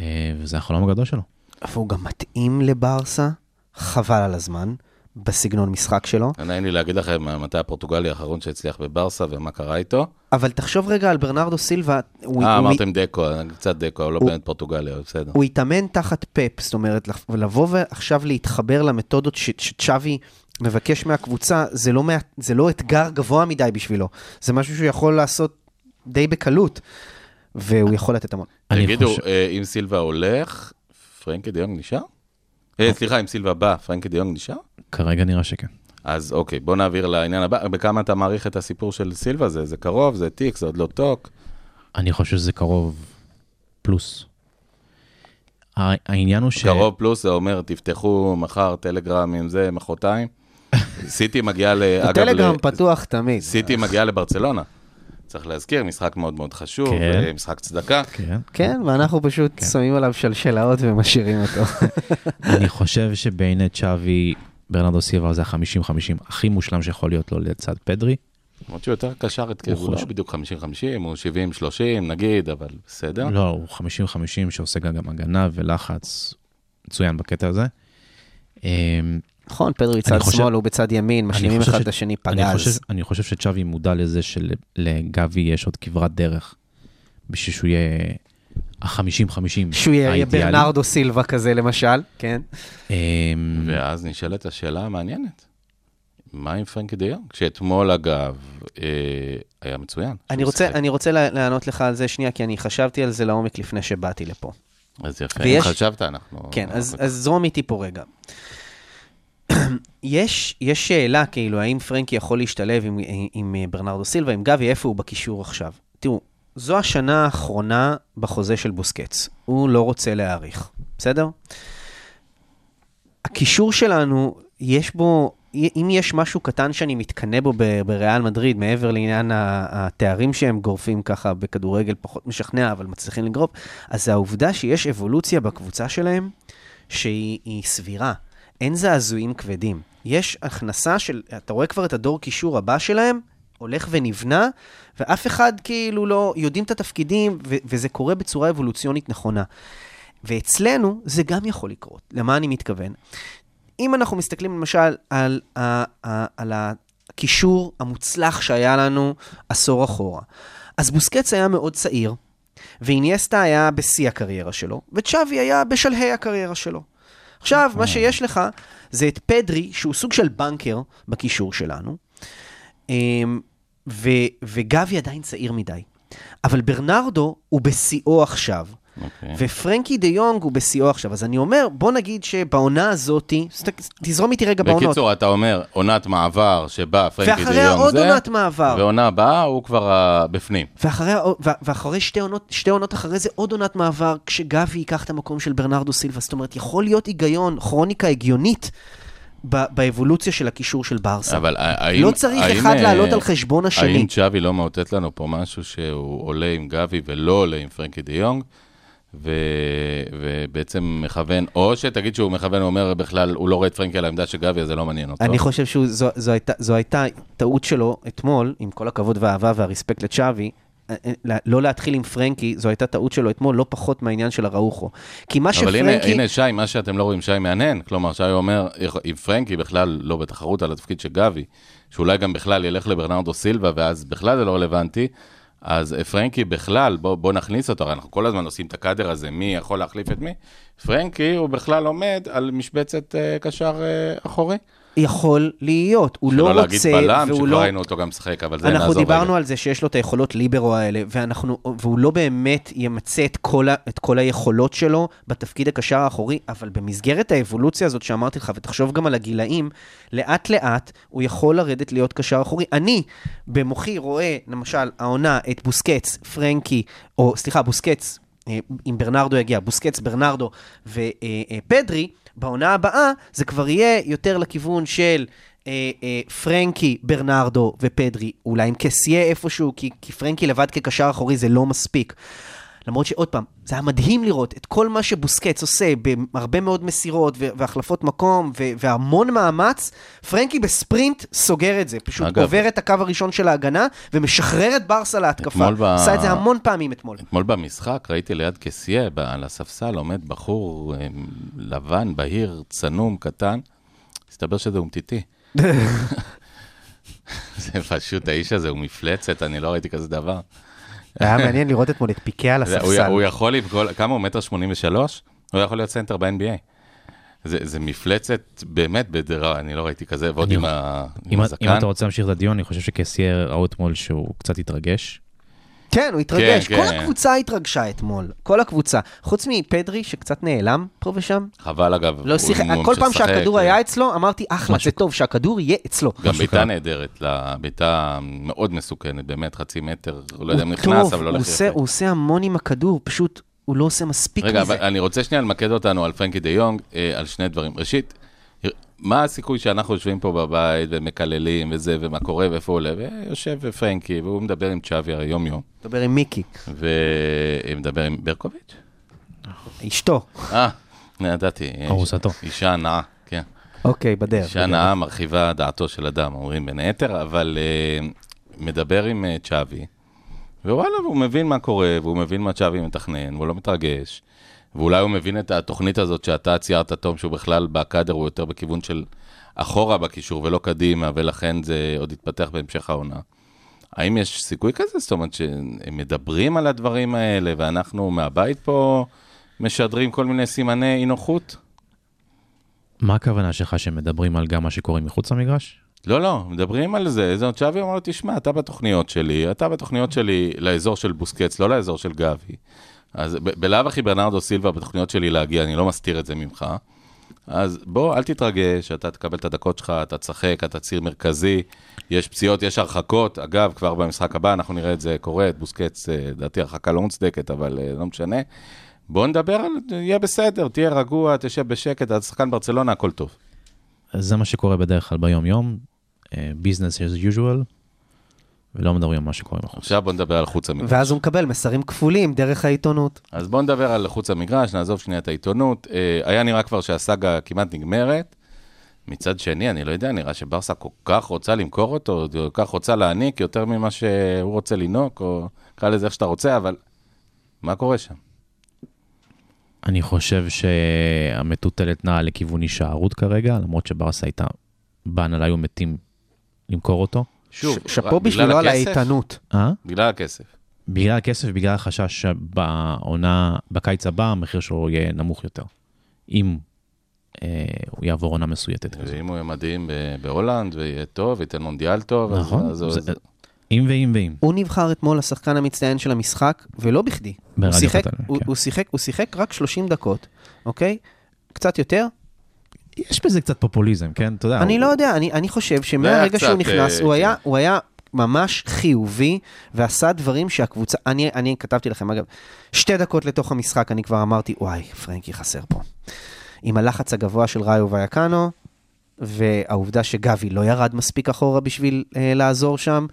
אה, וזה החלום הגדול שלו.
אבל הוא גם מתאים לברסה, חבל על הזמן, בסגנון משחק שלו.
נעים לי להגיד לכם אה, מתי הפורטוגלי האחרון שהצליח בברסה ומה קרה איתו.
אבל תחשוב רגע על ברנרדו סילבה, הוא-
אה,
הוא-
אמרתם דקו, אה, קצת דקו, אבל לא
הוא-
באמת פורטוגליה, אבל בסדר.
הוא התאמן תחת פאפ, זאת אומרת, לח- לבוא ועכשיו להתחבר למתודות ש- שצ'אבי מבקש מהקבוצה, זה לא, מה, זה לא אתגר גבוה מדי בשבילו, זה משהו שהוא יכול לעשות די בקלות, והוא יכול לתת המון.
אני
תגידו,
חושב-
אה, אם סילבה הולך, פרנקי דיונג נשאר?
אוקיי.
אה, סליחה, אם סילבה בא, פרנקי דיונג נשאר?
כרגע נראה שכן.
אז אוקיי, בוא נעביר לעניין הבא. בכמה אתה מעריך את הסיפור של סילבה הזה? זה קרוב, זה טיק, זה עוד לא טוק.
אני חושב שזה קרוב פלוס. ה- העניין הוא ש...
קרוב פלוס זה אומר, תפתחו מחר טלגרם עם זה, מחרתיים. סיטי מגיעה, ל- אגב, ל-
הטלגרם פתוח תמיד.
סיטי
אה,
מגיעה לברצלונה. צריך להזכיר, משחק מאוד מאוד חשוב,
כן.
אה, משחק צדקה.
כן.
כן, ואנחנו פשוט שמים עליו שלשלאות ומשאירים אותו.
אני חושב שבין צ'אבי, ברנרדו סילבה זה ה-50-50 הכי מושלם שיכול להיות לו לצד פדרי.
למרות שהוא יותר קשר התקף,
הוא
הוא לא
חושב.
בדיוק 50-50, הוא 70-30 נגיד, אבל בסדר.
לא, הוא 50-50 שעושה גם הגנה ולחץ מצוין בקטע הזה. אמ,
נכון, פדרי צד
חושב-
שמאל, הוא בצד ימין, משלימים
חושב
אחד
ש-
את השני
אני חושב,
פגז.
אני חושב שצ'אבי מודע לזה שלגבי יש עוד כברת דרך, בשביל שהוא יהיה ה-50-50
שהוא יהיה ברנרדו סילבה כזה, למשל, כן?
אמ,
ואז נשאלת השאלה המעניינת, מה עם פרנקי דה יונג? שאתמול, אגב, אה, היה מצוין.
אני
שהוא
רוצה,
שיחק.
אני רוצה לה- לענות לך על זה שנייה, כי אני חשבתי על זה לעומק לפני שבאתי לפה.
אז יפה,
ויש-
אם חשבת, אנחנו...
כן, אז,
אנחנו-
אז זרום איתי פה רגע. יש, יש שאלה, כאילו, האם פרנקי יכול להשתלב עם, עם ברנרדו סילבה, עם גבי, איפה הוא בקישור עכשיו? תראו, זו השנה האחרונה בחוזה של בוסקץ. הוא לא רוצה להאריך, בסדר? הקישור שלנו, יש בו, אם יש משהו קטן שאני מתקנא בו ב- בריאל מדריד, מעבר לעניין ה- התארים שהם גורפים ככה בכדורגל פחות משכנע, אבל מצליחים לגרוף, אז זה העובדה שיש אבולוציה בקבוצה שלהם שהיא היא סבירה. אין זעזועים כבדים. יש הכנסה של, אתה רואה כבר את הדור קישור הבא שלהם, הולך ונבנה, ואף אחד כאילו לא, יודעים את התפקידים, ו- וזה קורה בצורה אבולוציונית נכונה. ואצלנו זה גם יכול לקרות. למה אני מתכוון? אם אנחנו מסתכלים למשל על, ה- ה- על הקישור המוצלח שהיה לנו עשור אחורה, אז בוסקץ היה מאוד צעיר, ואיניאסטה היה בשיא הקריירה שלו, וצ'אבי היה בשלהי הקריירה שלו. עכשיו,
אה.
מה שיש לך זה את פדרי, שהוא סוג של בנקר בקישור שלנו, אמ, ו, וגבי עדיין צעיר מדי. אבל ברנרדו הוא בשיאו עכשיו.
אוקיי.
ופרנקי דה יונג הוא בשיאו עכשיו. אז אני אומר, בוא נגיד שבעונה הזאתי, סת- תזרום איתי רגע בעונות.
בקיצור, אתה אומר, עונת מעבר שבה פרנקי דה יונג זה,
ואחריה עוד עונת מעבר.
ועונה הבאה הוא כבר אה, בפנים.
ואחרי, הא- ו- ואחרי שתי, עונות, שתי עונות אחרי זה עוד עונת מעבר, כשגבי ייקח את המקום של ברנרדו סילבה. זאת אומרת, יכול להיות היגיון, כרוניקה הגיונית, ב- באבולוציה של הקישור של ברסה.
אבל ה- האם...
לא צריך
האם,
אחד
אה,
לעלות על חשבון השני.
האם צ'אבי לא מאותת לנו פה משהו שהוא עולה עם גבי ולא עולה עם פרנקי דה יונג, ו... ובעצם מכוון, או שתגיד שהוא מכוון, הוא אומר בכלל, הוא לא רואה את פרנקי על העמדה של גבי, אז זה לא מעניין אותו.
אני חושב שזו זו הייתה, זו הייתה טעות שלו אתמול, עם כל הכבוד והאהבה והרספקט לצ'אבי, אה, אה, לא להתחיל עם פרנקי, זו הייתה טעות שלו אתמול, לא פחות מהעניין של הראוכו. כי מה
אבל הנה,
שפרנקי...
הנה שי, מה שאתם לא רואים, שי מהנהן. כלומר, שי אומר, אם פרנקי בכלל לא בתחרות על התפקיד של גבי, שאולי גם בכלל ילך לברנרדו סילבה, ואז בכלל זה לא רלוונטי, אז אה, פרנקי בכלל, בוא, בוא נכניס אותו, הרי אנחנו כל הזמן עושים את הקאדר הזה, מי יכול להחליף את מי. פרנקי, הוא בכלל עומד על משבצת uh, קשר uh, אחורי.
יכול להיות, הוא
שלא
לא
להגיד
רוצה,
בלם,
והוא
שכבר
לא...
ראינו אותו גם משחק, אבל זה
אנחנו
נעזוב
דיברנו
רגע.
על זה שיש לו את היכולות ליברו האלה, ואנחנו, והוא לא באמת ימצה את כל, ה- את כל היכולות שלו בתפקיד הקשר האחורי, אבל במסגרת האבולוציה הזאת שאמרתי לך, ותחשוב גם על הגילאים, לאט-לאט הוא יכול לרדת להיות קשר אחורי. אני במוחי רואה, למשל, העונה את בוסקץ, פרנקי, או סליחה, בוסקץ, אה, אם ברנרדו יגיע, בוסקץ, ברנרדו ופדרי, בעונה הבאה זה כבר יהיה יותר לכיוון של אה, אה, פרנקי, ברנרדו ופדרי, אולי עם קסיה איפשהו, כי, כי פרנקי לבד כקשר אחורי זה לא מספיק. למרות שעוד פעם, זה היה מדהים לראות את כל מה שבוסקץ עושה בהרבה מאוד מסירות ו- והחלפות מקום ו- והמון מאמץ. פרנקי בספרינט סוגר את זה, פשוט
אגב-
אגב, עובר את הקו הראשון של ההגנה ומשחרר את ברסה להתקפה.
אתמול ב-
עשה את זה המון פעמים אתמול.
אתמול במשחק ראיתי ליד קסיה, ב- על הספסל, עומד בחור אה, לבן, בהיר, צנום, קטן. הסתבר שזה אומטיטי. זה פשוט, האיש הזה הוא מפלצת, אני לא ראיתי כזה דבר.
היה מעניין לראות אתמול את פיקה על
זה- הוא י- הוא יכול לבגול, כמה הוא? מטר שמונים ושלוש? הוא יכול להיות סנטר ב-NBA. זה זה מפלצת באמת בדרה, אני לא ראיתי כזה, ועוד
אני-
עם ה- עם
אם אם
הזקן.
אתה רוצה להמשיך את הדיון, אני חושב שקסייר ראו אתמול שהוא קצת התרגש.
כן, הוא התרגש.
כן,
כל
כן.
הקבוצה התרגשה אתמול. כל הקבוצה. חוץ מפדרי, שקצת נעלם פה ושם.
חבל אגב,
לא
הוא-
שיחק,
הוא
כל פעם
משחק,
שהכדור
אה,
היה אצלו, אמרתי, אחלה, זה טוב, שהכדור יהיה אצלו.
גם
משהו
בעיטה
קרה.
נהדרת, לה- בעיטה מאוד מסוכנת, באמת, חצי מטר, הוא לא יודע אם
הוא
נכנס,
טוב,
אבל הולך
הוא עושה-
יפה.
הוא עושה המון עם הכדור, פשוט הוא לא עושה מספיק
רגע,
מזה.
אבל אני רוצה שנייה למקד אותנו על פרנקי דה יונג, אה, על שני דברים. ראשית, מה הסיכוי שאנחנו יושבים פה בבית ומקללים וזה, ומה קורה ואיפה הוא עולה? ויושב פרנקי, והוא מדבר עם צ'אבי היום-יום,
מדבר עם מיקי,
ומדבר עם ברקוביץ'.
אשתו.
אה, ידעתי.
ארוסתו.
אישה נאה, כן.
אוקיי, בדרך.
אישה נאה מרחיבה דעתו של אדם, אומרים בין היתר, אבל אה, מדבר עם אה, צ'אבי, ווואלה, והוא מבין מה קורה, והוא מבין מה צ'אבי מתכנן, והוא לא מתרגש, ואולי הוא מבין את התוכנית הזאת שאתה ציירת, תום, שהוא בכלל בקאדר, הוא יותר בכיוון של אחורה בקישור ולא קדימה, ולכן זה עוד יתפתח בהמשך העונה. האם יש סיכוי כזה? זאת אומרת שהם מדברים על הדברים האלה, ואנחנו מהבית פה משדרים כל מיני סימני אי נוחות?
מה הכוונה שלך שמדברים על גם מה שקורה מחוץ למגרש?
לא, לא, מדברים על זה. זה צ'אבי אמר לו, תשמע, אתה בתוכניות שלי, אתה בתוכניות שלי לאזור של בוסקץ, לא לאזור של גבי. אז ב- בלאו הכי ברנרדו סילבה בתוכניות שלי להגיע, אני לא מסתיר את זה ממך. אז בוא, אל תתרגש, אתה תקבל את הדקות שלך, אתה תשחק, אתה ציר מרכזי, יש פציעות, יש הרחקות. אגב, כבר במשחק הבא אנחנו נראה את זה קורה, את בוסקץ, אה, לדעתי הרחקה לא מוצדקת, אבל אה, לא משנה. בוא נדבר על, יהיה בסדר, תהיה רגוע, תשב בשקט, אתה שחקן ברצלונה, הכל טוב.
אז זה מה שקורה בדרך כלל ביום-יום, ביזנס as usual, ולא מדברים על מה שקורה מחוץ.
עכשיו בוא נדבר על חוץ המגרש.
ואז הוא מקבל מסרים כפולים דרך העיתונות.
אז בואו נדבר על חוץ המגרש, נעזוב שנייה את העיתונות. אה, היה נראה כבר שהסאגה כמעט נגמרת. מצד שני, אני לא יודע, נראה שברסה כל כך רוצה למכור אותו, כל כך רוצה להעניק יותר ממה שהוא רוצה לנהוג, או קרא לזה איך שאתה רוצה, אבל מה קורה שם?
אני חושב שהמטוטלת נעה לכיוון הישארות כרגע, למרות שברסה הייתה, בנה היו מתים למכור אותו.
שוב,
ש-
רק בגלל
שאפו בשבילו על
הכסף?
האיתנות.
אה?
בגלל הכסף.
בגלל הכסף, בגלל החשש שבעונה, בקיץ הבא, המחיר שלו יהיה נמוך יותר. אם אה, הוא יעבור עונה מסויטת. כזאת.
ואם הוא יהיה מדהים ב- בהולנד, ויהיה טוב, וייתן מונדיאל טוב, אז-
נכון?
אז... לא,
זה-
אז-
אם ואם ואם.
הוא נבחר אתמול לשחקן המצטיין של המשחק, ולא בכדי. הוא
ברדיו
שיחק,
קטן,
הוא,
כן.
הוא, שיחק, הוא שיחק רק 30 דקות, אוקיי? קצת יותר?
יש בזה קצת פופוליזם, כן? אתה יודע.
אני
הוא-
לא יודע, אני, אני חושב
היה
שמהרגע
קצת,
שהוא נכנס,
אה,
הוא היה, הוא היה ממש חיובי, ועשה דברים שהקבוצה... אני, אני כתבתי לכם, אגב, שתי דקות לתוך המשחק אני כבר אמרתי, וואי, פרנקי חסר פה. עם הלחץ הגבוה של ראיו ויקאנו, והעובדה שגבי לא ירד מספיק אחורה בשביל אה, לעזור שם,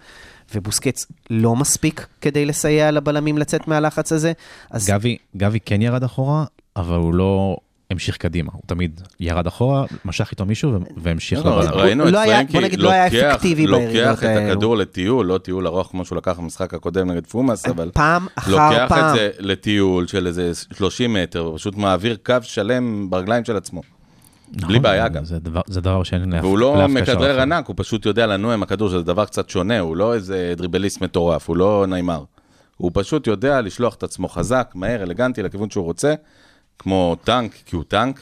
ובוסקץ לא מספיק כדי לסייע לבלמים לצאת מהלחץ הזה, אז
גבי, גבי כן ירד אחורה, אבל הוא לא המשיך קדימה. הוא תמיד ירד אחורה, משך איתו מישהו ו- והמשיך
לא,
לבלם.
ראינו את
לא היה-
פרנקי
בוא נגיד, לא היה
לוקח-
אפקטיבי בירידות אה,
לוקח את
האלו.
הכדור לטיול, לא טיול ארוך כמו שהוא לקח במשחק הקודם נגד
אה,
פומאס, אבל...
פעם אחר
לוקח את
פעם.
זה לטיול של איזה 30 מטר, ופשוט מעביר קו שלם ברגליים של עצמו.
נכון,
בלי בעיה גם.
זה דבר, זה דבר שאין לאף
והוא לא
לאף קשר
מכדרר
אחר.
ענק, הוא פשוט יודע לנוע עם הכדור, שזה דבר קצת שונה, הוא לא איזה דריבליסט מטורף, הוא לא נעימר. הוא פשוט יודע לשלוח את עצמו חזק, מהר, אלגנטי, לכיוון שהוא רוצה, כמו טנק, כי הוא טנק,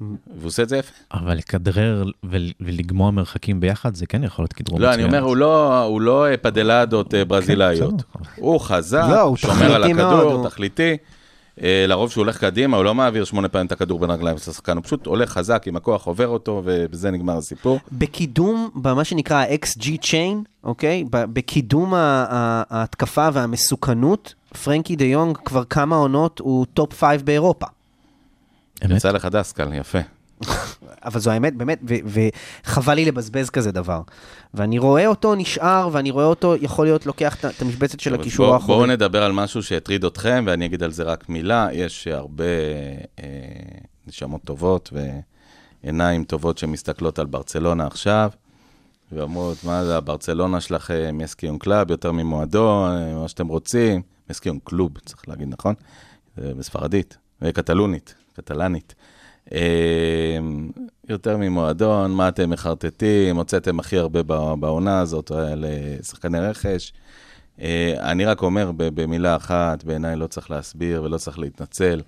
והוא עושה את זה יפה.
אבל לכדרר ול, ולגמוע מרחקים ביחד, זה כן יכול להיות כדרור
לא,
מצוין.
אני אומר, הוא לא- הוא לא אה, פדלדות אה, ברזילאיות.
בסדר.
הוא חזק,
כן, לא, הוא
שומר על
תכליתי מאוד,
הכדור,
הוא-
תכליתי. אה, לרוב שהוא הולך קדימה, הוא לא מעביר שמונה פעמים את הכדור בין הרגליים של השחקן, הוא פשוט הולך חזק עם הכוח, עובר אותו, ובזה נגמר הסיפור.
בקידום, במה שנקרא ה-XG chain, אוקיי? ב- בקידום ה- ה- ההתקפה והמסוכנות, פרנקי דה יונג כבר כמה עונות הוא טופ 5 באירופה.
אמת?
יצא לך דסקל, יפה.
אבל זו האמת, באמת, ו- וחבל לי לבזבז כזה דבר. ואני רואה אותו נשאר, ואני רואה אותו יכול להיות לוקח את ה- את המשבצת של הקישור
בואו- בואו
האחורי.
נדבר על משהו שהטריד אתכם, ואני אגיד על זה רק מילה. יש הרבה אה, נשמות טובות ועיניים טובות שמסתכלות על ברצלונה עכשיו, ואומרות, מה זה הברצלונה שלכם, מסקיון קלאב, יותר ממועדון, אה, מה שאתם רוצים, מסקיון קלוב, צריך להגיד, נכון? זה בספרדית, אה, קטלונית, קטלנית. אה, יותר ממועדון, מה אתם מחרטטים, הוצאתם הכי הרבה בע- בעונה הזאת אה, לשחקני רכש. אה, אני רק אומר ב- במילה אחת, בעיניי לא צריך להסביר ולא צריך להתנצל.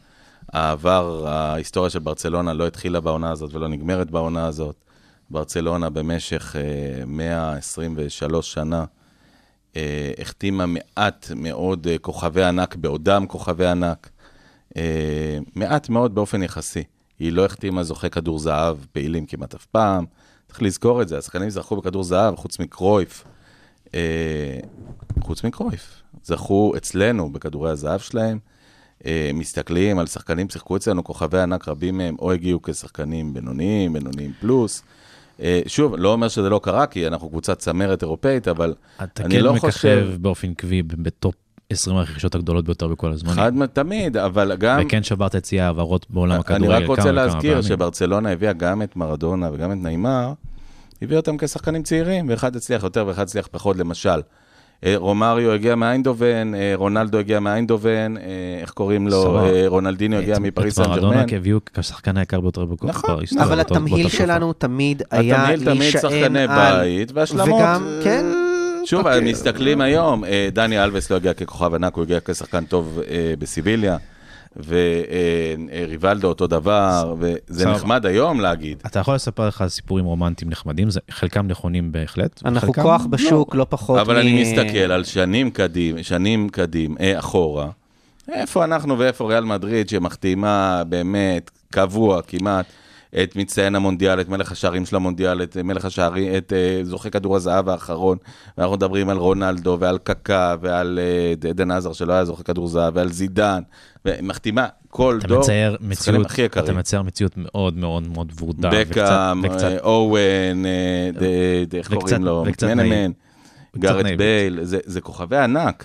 העבר, ההיסטוריה של ברצלונה לא התחילה בעונה הזאת ולא נגמרת בעונה הזאת. ברצלונה במשך אה, 123 שנה אה, החתימה מעט מאוד אה, כוכבי ענק בעודם כוכבי ענק. אה, מעט מאוד באופן יחסי. היא לא החתימה זוכה כדור זהב פעילים כמעט אף פעם. צריך לזכור את זה, השחקנים זכו בכדור זהב, חוץ מקרויף. אה, חוץ מקרויף. זכו אצלנו בכדורי הזהב שלהם. אה, מסתכלים על שחקנים ששיחקו אצלנו, כוכבי ענק רבים מהם או הגיעו כשחקנים בינוניים, בינוניים פלוס. אה, שוב, לא אומר שזה לא קרה, כי אנחנו קבוצת צמרת אירופאית, אבל
אתה
אני
כן
לא חושב...
מככב באופן קביעי ב- בטופ 20 הרכישות הגדולות ביותר בכל הזמנים.
חד מ- תמיד, אבל גם...
וכן שברת את שיא ההעברות בעולם
לא, אני
הכדורגל כמה
רק
וכמה
רוצה
פעמים.
להזכיר שברצלונה הביאה גם את מרדונה וגם את נעימר, הביאה אותם כשחקנים צעירים, ואחד הצליח יותר ואחד הצליח פחות, למשל. אה, רומריו הגיע מאיינדובן, אה, רונלדו הגיע מאיינדובן, אה, איך קוראים לו?
סבבה.
אה, רונלדיניו הגיע
את-
מפריס
את
סן ג'רמן.
מרדונה הביאו כשחקן היקר ביותר בכל
נכון,
בהיסטוריה,
אבל
באותו-
התמהיל
באותה תקופה.
שלנו תמיד היה
התמהיל תמיד
להישען
שחקני
על...
בית והשלמות.
וגם,
אה,
כן,
שוב,
אוקיי.
מסתכלים היום, אה, דני אלבס לא הגיע ככוכב ענק, הוא הגיע כשחקן טוב אה, בסיביליה, וריבלדו אותו דבר, וזה
סבבה.
נחמד היום להגיד.
אתה יכול לספר לך סיפורים רומנטיים נחמדים, זה- חלקם נכונים בהחלט.
אנחנו
וחלקם-
כוח בשוק, לא פחות
אבל
מ-
אני מסתכל על שנים קדימה, שנים קדימה, אה, אחורה. איפה אנחנו ואיפה ריאל מדריד שמחתימה באמת קבוע כמעט את מצטיין המונדיאל, את מלך השערים של המונדיאל, את מלך השערים, את אה, זוכה כדור הזהב האחרון, ואנחנו מדברים על רונלדו ועל קקה ועל אה, עדן עזר שלא היה זוכה כדור זהב ועל זידן, ומחתימה כל
אתה
דור,
מצייר
השחקנים
מציאות,
הכי
אתה
יקרים.
מצייר מציאות מאוד מאוד מאוד ורודה, וקצת,
בקאם,
וקצת,
אה, אוון, אה, ד- ד- איך
וקצת-
קוראים לו?
וקצת
מנמן,
נאיבית. וקצת
גארד
נאיבית.
בייל, זה זה כוכבי ענק,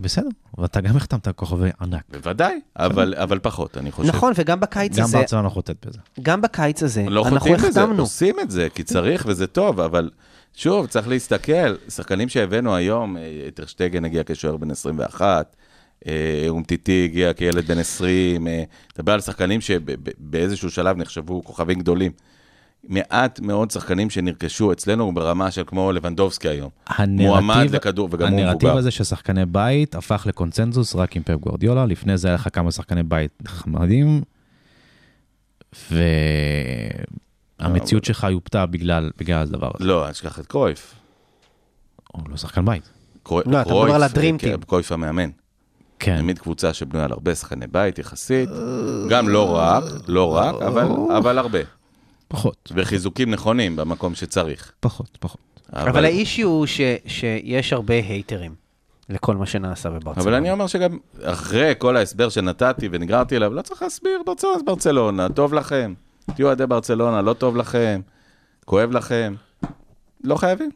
בסדר, ואתה גם החתמת כוכבי ענק.
בוודאי, אבל אבל פחות, אני חושב.
נכון, וגם בקיץ
גם
הזה,
ברצלונה חוטאת בזה.
גם בקיץ הזה,
לא
אנחנו
חוטאים בזה,
החתמנו.
עושים את זה, כי צריך וזה טוב, אבל שוב, צריך להסתכל, שחקנים שהבאנו היום, אה, טרשטגן הגיע כשוער בן 21, אה, אומטיטי הגיע כילד בן 20, אה, אתה מדבר על שחקנים שבאיזשהו שלב נחשבו כוכבים גדולים. מעט מאוד שחקנים שנרכשו אצלנו ברמה של כמו לבנדובסקי היום. מועמד לכדור, וגם הוא
הנרטיב
מבוגר.
הזה של שחקני בית הפך לקונצנזוס רק עם פפ גורדיולה, לפני זה היה לך כמה שחקני בית נחמדים, והמציאות שלך יופתה בגלל בגלל הדבר הזה.
לא, אל תשכח את קרויף.
הוא לא שחקן בית.
קרוי-
לא, אתה מדבר
קרויף,
על הדרים
כן,
טים.
קרויף המאמן.
כן.
תמיד קבוצה שבנויה על הרבה שחקני בית יחסית, גם לא רק, לא רק, אבל, אבל הרבה.
פחות,
וחיזוקים נכונים במקום שצריך.
פחות, פחות.
אבל האישיו הוא ש- שיש הרבה הייטרים לכל מה שנעשה בברצלונה.
אבל אני אומר שגם אחרי כל ההסבר שנתתי ונגררתי אליו, לא צריך להסביר, ברצלונה זה ברצלונה, טוב לכם. תהיו אוהדי ברצלונה, לא טוב לכם, כואב לכם. לא חייבים.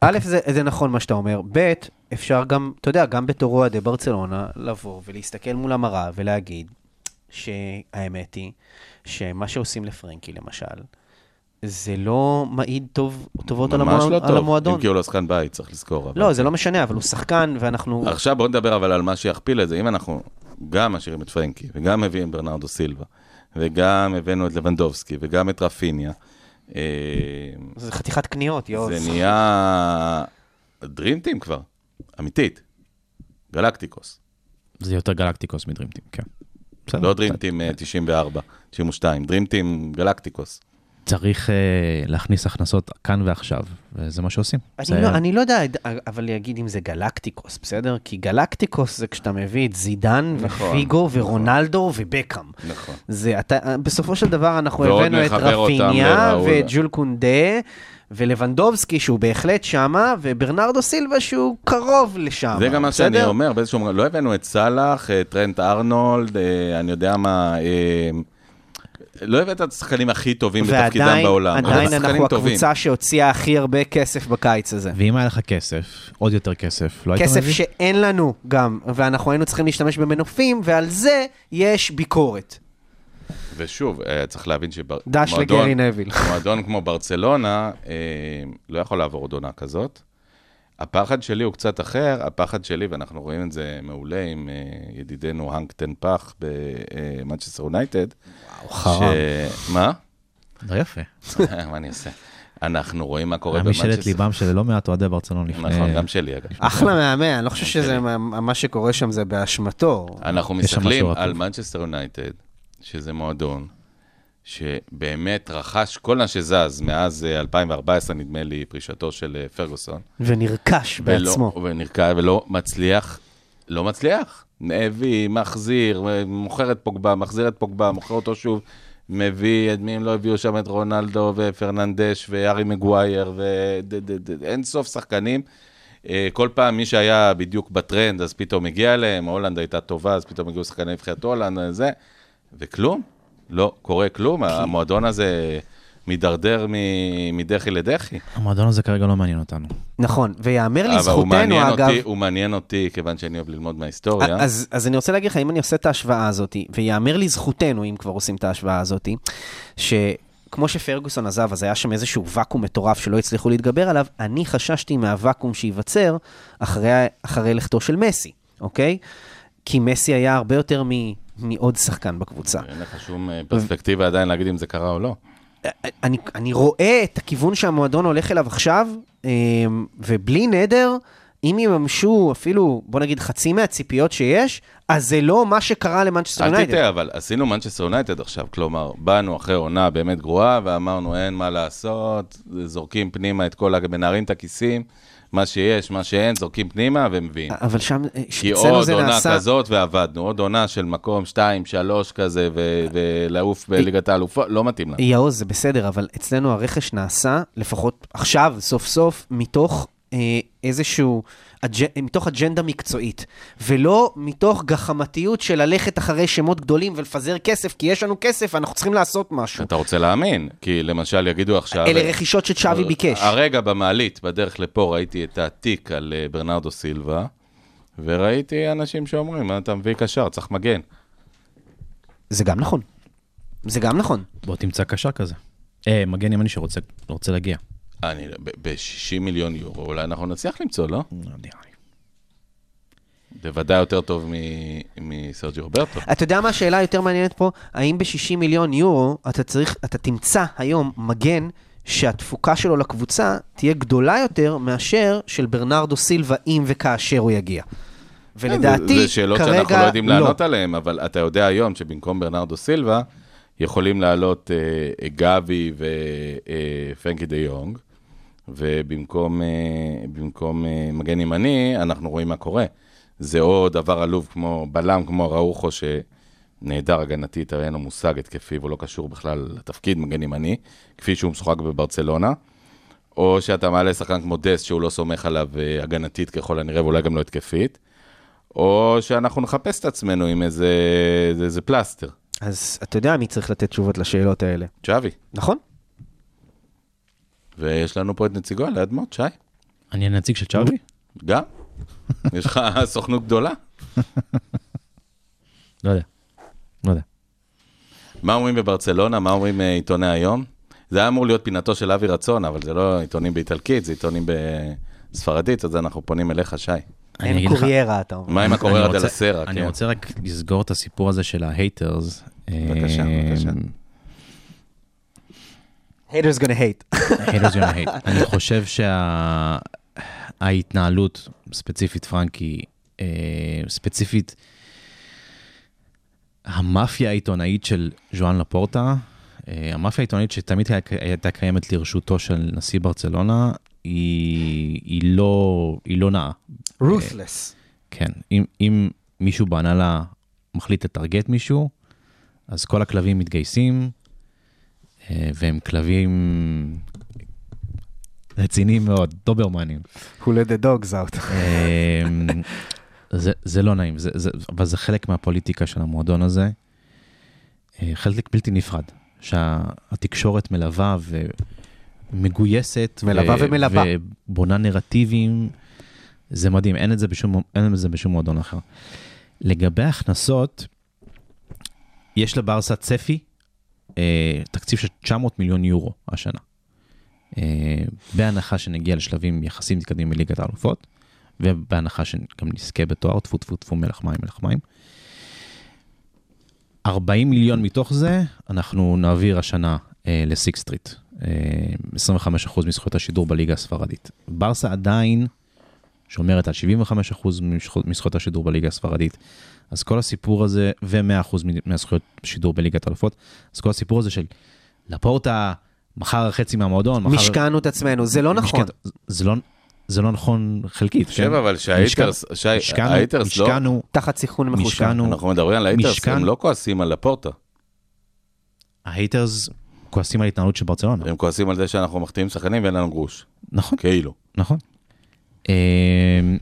א', זה, זה נכון מה שאתה אומר, ב', אפשר גם, אתה יודע, גם בתור אוהדי ברצלונה, לבוא ולהסתכל מול המראה ולהגיד שהאמת היא שמה שעושים לפרנקי, למשל, זה לא מעיד טוב, טובות על,
ממש
המוע...
לא
על
טוב. אם
המועדון.
כי הוא לא שחקן בית, צריך לזכור. אבל-
לא, זה לא משנה, אבל הוא שחקן, ואנחנו...
עכשיו בוא נדבר אבל על מה שיכפיל את זה. אם אנחנו גם משאירים את פרנקי, וגם מביאים ברנרדו סילבה, וגם הבאנו את לבנדובסקי, וגם את רפיניה, אה,
זה חתיכת קניות, יואו.
זה נהיה דרימטים כבר, אמיתית. גלקטיקוס,
זה יותר גלקטיקוס מדרימטים, כן. בסדר.
לא דרימטים 94, 92, דרימטים גלקטיקוס.
צריך אה, להכניס הכנסות כאן ועכשיו, וזה מה שעושים.
אני
זה-
לא, אני לא יודע, אבל להגיד אם זה גלקטיקוס, בסדר? כי גלקטיקוס זה כשאתה מביא את זידן,
נכון,
ופיגו, ורונלדו, ובקאם.
נכון.
זה אתה, בסופו של דבר אנחנו
ועוד
הבאנו את
נחבר אותם
רפיניה
לראול.
ואת ג'ול קונדה ולבנדובסקי שהוא בהחלט שמה וברנרדו סילבה שהוא קרוב לשם.
זה גם מה שאני
בסדר?
אומר, באיזשהו מובן, לא הבאנו את סאלח, אה, טרנט ארנולד, אה, אני יודע מה, אה, לא הבאת את השחקנים הכי טובים בתפקידם
ועדיין
בעולם. אבל
עדיין
שחקנים
אנחנו
טובים.
הקבוצה שהוציאה הכי הרבה כסף בקיץ הזה.
ואם היה לך כסף, עוד יותר כסף, לא היית מביא?
כסף שאין לנו גם, ואנחנו היינו צריכים להשתמש במנופים, ועל זה יש ביקורת.
ושוב, אה, צריך להבין שמועדון...
דש לגרי נביל.
מועדון כמו ברצלונה אה, לא יכול לעבור עוד עונה כזאת. הפחד שלי הוא קצת אחר, הפחד שלי, ואנחנו רואים את זה מעולה עם אה, ידידנו האנק טן אה, פח במנצ'סטר יונייטד.
חרם.
מה?
לא יפה.
מה אני עושה? אנחנו רואים מה קורה
היה משאלת
במנצ'סטר.
ליבם של לא מעט אוהדי ברצלון לפני...
נכון, גם שלי אגב.
אחלה מאמן, אני לא חושב
אוקיי.
שזה מה- מה שקורה שם זה באשמתו.
אנחנו
יש שם
מסתכלים
משהו
על
עקוב.
מנצ'סטר יונייטד, שזה מועדון שבאמת רכש כל מה שזז מאז אה, 2014, נדמה לי, פרישתו של אה, פרגוסון.
ונרכש בעצמו.
ולא, ונרקע, ולא מצליח, לא מצליח. הביא, מחזיר, מוכר את פוגבה, מחזיר את פוגבה, מוכר אותו שוב, מביא, את מי הם לא הביאו שם, את רונלדו ופרננדש וארי מגווייר, ואין סוף שחקנים. אה, כל פעם מי שהיה בדיוק בטרנד, אז פתאום הגיע אליהם, הולנד הייתה טובה, אז פתאום הגיעו שחקני נבחרת הולנד, אה, זה, וכלום, לא קורה כלום, המועדון הזה מידרדר מ- מדחי לדחי.
המועדון הזה כרגע לא מעניין אותנו.
נכון, ויאמר
אבל הוא מעניין
לזכותנו, אגב... אה,
אותי, הוא מעניין אותי, כיוון שאני אוהב ללמוד מההיסטוריה.
אז, אז אני רוצה להגיד לך, אם אני עושה את ההשוואה הזאת, ויאמר לזכותנו, אם כבר עושים את ההשוואה הזאת, שכמו שפרגוסון עזב, אז היה שם איזשהו ואקום מטורף שלא הצליחו להתגבר עליו, אני חששתי מהוואקום שייווצר אחרי, אחרי לכתו של מסי, אוקיי? כי מסי היה הרבה יותר מ, מעוד שחקן בקבוצה.
אין לך שום אה, פרספקטיבה עדיין להגיד אם זה קרה או לא.
אני, אני רואה את הכיוון שהמועדון הולך אליו עכשיו, אה, ובלי נדר, אם יממשו אפילו, בוא נגיד, חצי מהציפיות שיש, אז זה לא מה שקרה למנצ'סטר
אל
יונייטד.
תטעה, אבל עשינו מנצ'סטר יונייטד עכשיו, כלומר, באנו אחרי עונה באמת גרועה, ואמרנו, אין מה לעשות, זורקים פנימה את כל, ה- מנערים את הכיסים, מה שיש, מה שאין, זורקים פנימה ומביאים.
אה, אבל שם,
כי
אצלנו
עוד
זה
עונה
נעשה...
כזאת ועבדנו, עוד עונה של מקום 2-3 כזה, ו- ולעוף בליגת האלופות, לא מתאים לנו.
יאוז, זה בסדר, אבל אצלנו הרכש נעשה, לפחות עכשיו, סוף סוף, מתוך אה, איזשהו... אג'... מתוך אג'נדה מקצועית, ולא מתוך גחמתיות של ללכת אחרי שמות גדולים ולפזר כסף, כי יש לנו כסף ואנחנו צריכים לעשות משהו.
אתה רוצה להאמין, כי למשל יגידו עכשיו...
אלה רכישות
אה,
שצ'אבי ביקש.
הרגע במעלית, בדרך לפה, ראיתי את התיק על אה, ברנרדו סילבה, וראיתי אנשים שאומרים, "מה אתה מביא קשר, צריך מגן.
זה גם נכון. זה גם נכון.
בוא תמצא קשר כזה. אה, מגן ימני שרוצה רוצה להגיע.
אני, ב-60 מיליון יורו, אולי אנחנו נצליח למצוא, לא? בוודאי יותר טוב מ- מסרג'י רוברטו.
אתה יודע מה השאלה היותר מעניינת פה? האם ב-60 מיליון יורו אתה צריך, אתה תמצא היום מגן שהתפוקה שלו לקבוצה תהיה גדולה יותר מאשר של ברנרדו סילבה אם וכאשר הוא יגיע. ולדעתי, כרגע
זה- זה שאלות שאנחנו לא יודעים לענות
לא.
עליהן, אבל אתה יודע היום שבמקום ברנרדו סילבה, יכולים לעלות אה, גבי ופרנקי דה יונג, ובמקום אה, במקום, אה, מגן ימני, אנחנו רואים מה קורה. זה או דבר עלוב כמו בלם, כמו ראוכו, שנהדר הגנתית, הרי אין לו מושג התקפי, והוא לא קשור בכלל לתפקיד מגן ימני, כפי שהוא משוחק בברצלונה. או שאתה מעלה שחקן כמו דס, שהוא לא סומך עליו אה, הגנתית ככל הנראה, ואולי גם לא התקפית. או שאנחנו נחפש את עצמנו עם איזה, איזה, איזה פלסטר.
אז אתה יודע מי צריך לתת תשובות לשאלות האלה,
צ'אבי.
נכון?
ויש לנו פה את נציגו על האדמות, שי.
אני הנציג של צ'אבי?
גם. יש לך סוכנות גדולה.
לא יודע. לא יודע.
מה אומרים בברצלונה? מה אומרים אה, עיתוני היום? זה היה אמור להיות פינתו של אבי רצון, אבל זה לא עיתונים באיטלקית, זה עיתונים בספרדית, אז אנחנו פונים אליך, שי.
אני
אין
אגיד לך-
קוריירה, אתה אומר.
מה עם
אני
הקורר
רוצה-
דל הסרה?
אני
כן.
רוצה רק לסגור את הסיפור הזה של ההייטרס. אה,
בבקשה, בבקשה.
haters gonna hate.
haters gonna hate. אני חושב שההתנהלות, ספציפית פרנקי, אה, ספציפית המאפיה העיתונאית של ז'ואן לפורטה, אה, המאפיה העיתונאית שתמיד היה- הייתה קיימת לרשותו של נשיא ברצלונה, היא, היא, לא, היא לא נעה.
ruthless.
כן, אם, אם מישהו בהנהלה מחליט לטרגט מישהו, אז כל הכלבים מתגייסים, אה, והם כלבים רציניים מאוד, דוברמנים.
who let the dogs out.
אה, זה, זה לא נעים, זה, זה, אבל זה חלק מהפוליטיקה של המועדון הזה. אה, חלק בלתי נפרד, שהתקשורת מלווה ומגויסת.
מלווה ומלווה.
ובונה נרטיבים. זה מדהים, אין את זה בשום, אין את זה בשום מועדון אחר. לגבי הכנסות, יש לברסה צפי, אה, תקציב של 900 מיליון יורו השנה. אה, בהנחה שנגיע לשלבים יחסים מתקדמים מליגת האלופות, ובהנחה שגם נזכה בתואר, טפו טפו טפו מלח מים מלח מים. 40 מיליון מתוך זה, אנחנו נעביר השנה אה, לסיק סטריט, אה, 25% מזכויות השידור בליגה הספרדית. ברסה עדיין שומרת על 75% משכו- מזכויות השידור בליגה הספרדית. אז כל הסיפור הזה, ו-100% מהזכויות שידור בליגת אלופות, אז כל הסיפור הזה של לפורטה, מחר חצי מהמועדון, מחר...
משכנו את עצמנו, זה לא נכון.
משקעת- זה- זה לא, זה לא נכון חלקית, כן?
שב, אבל שההייטרס,
משקע-
שי,
משקענו-
ההייטרס לא...
משקענו,
תחת סיכון מחושב.
משקענו,
אנחנו מדברים על ההייטרס,
משכן-
הם לא כועסים על הפורטה.
ההייטרס כועסים על ההתנהלות של ברצלונה.
הם כועסים על זה שאנחנו מחטיאים שחקנים ואין לנו גרוש.
נכון,
כאילו.
נכון. אמ,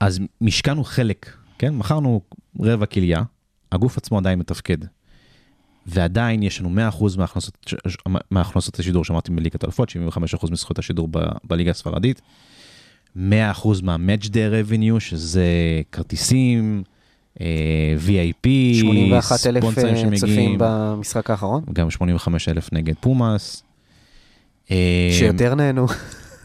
אז משקענו חלק, כן? מכרנו רבע כליה, הגוף עצמו עדיין מתפקד. ועדיין יש לנו 100% מההכנסות, ש- ש- מההכנסות השידור, שאמרתי בליגת אלפות, 75% מזכויות השידור ב- בליגה הספרדית, 100% מה-Match Day Revenue, שזה כרטיסים, אה, VIP,
81 אלף אה,
ספונסרים
צופים
שמגיעים,
במשחק האחרון,
גם 85 אלף נגד פומאס. אה,
שיותר נהנו.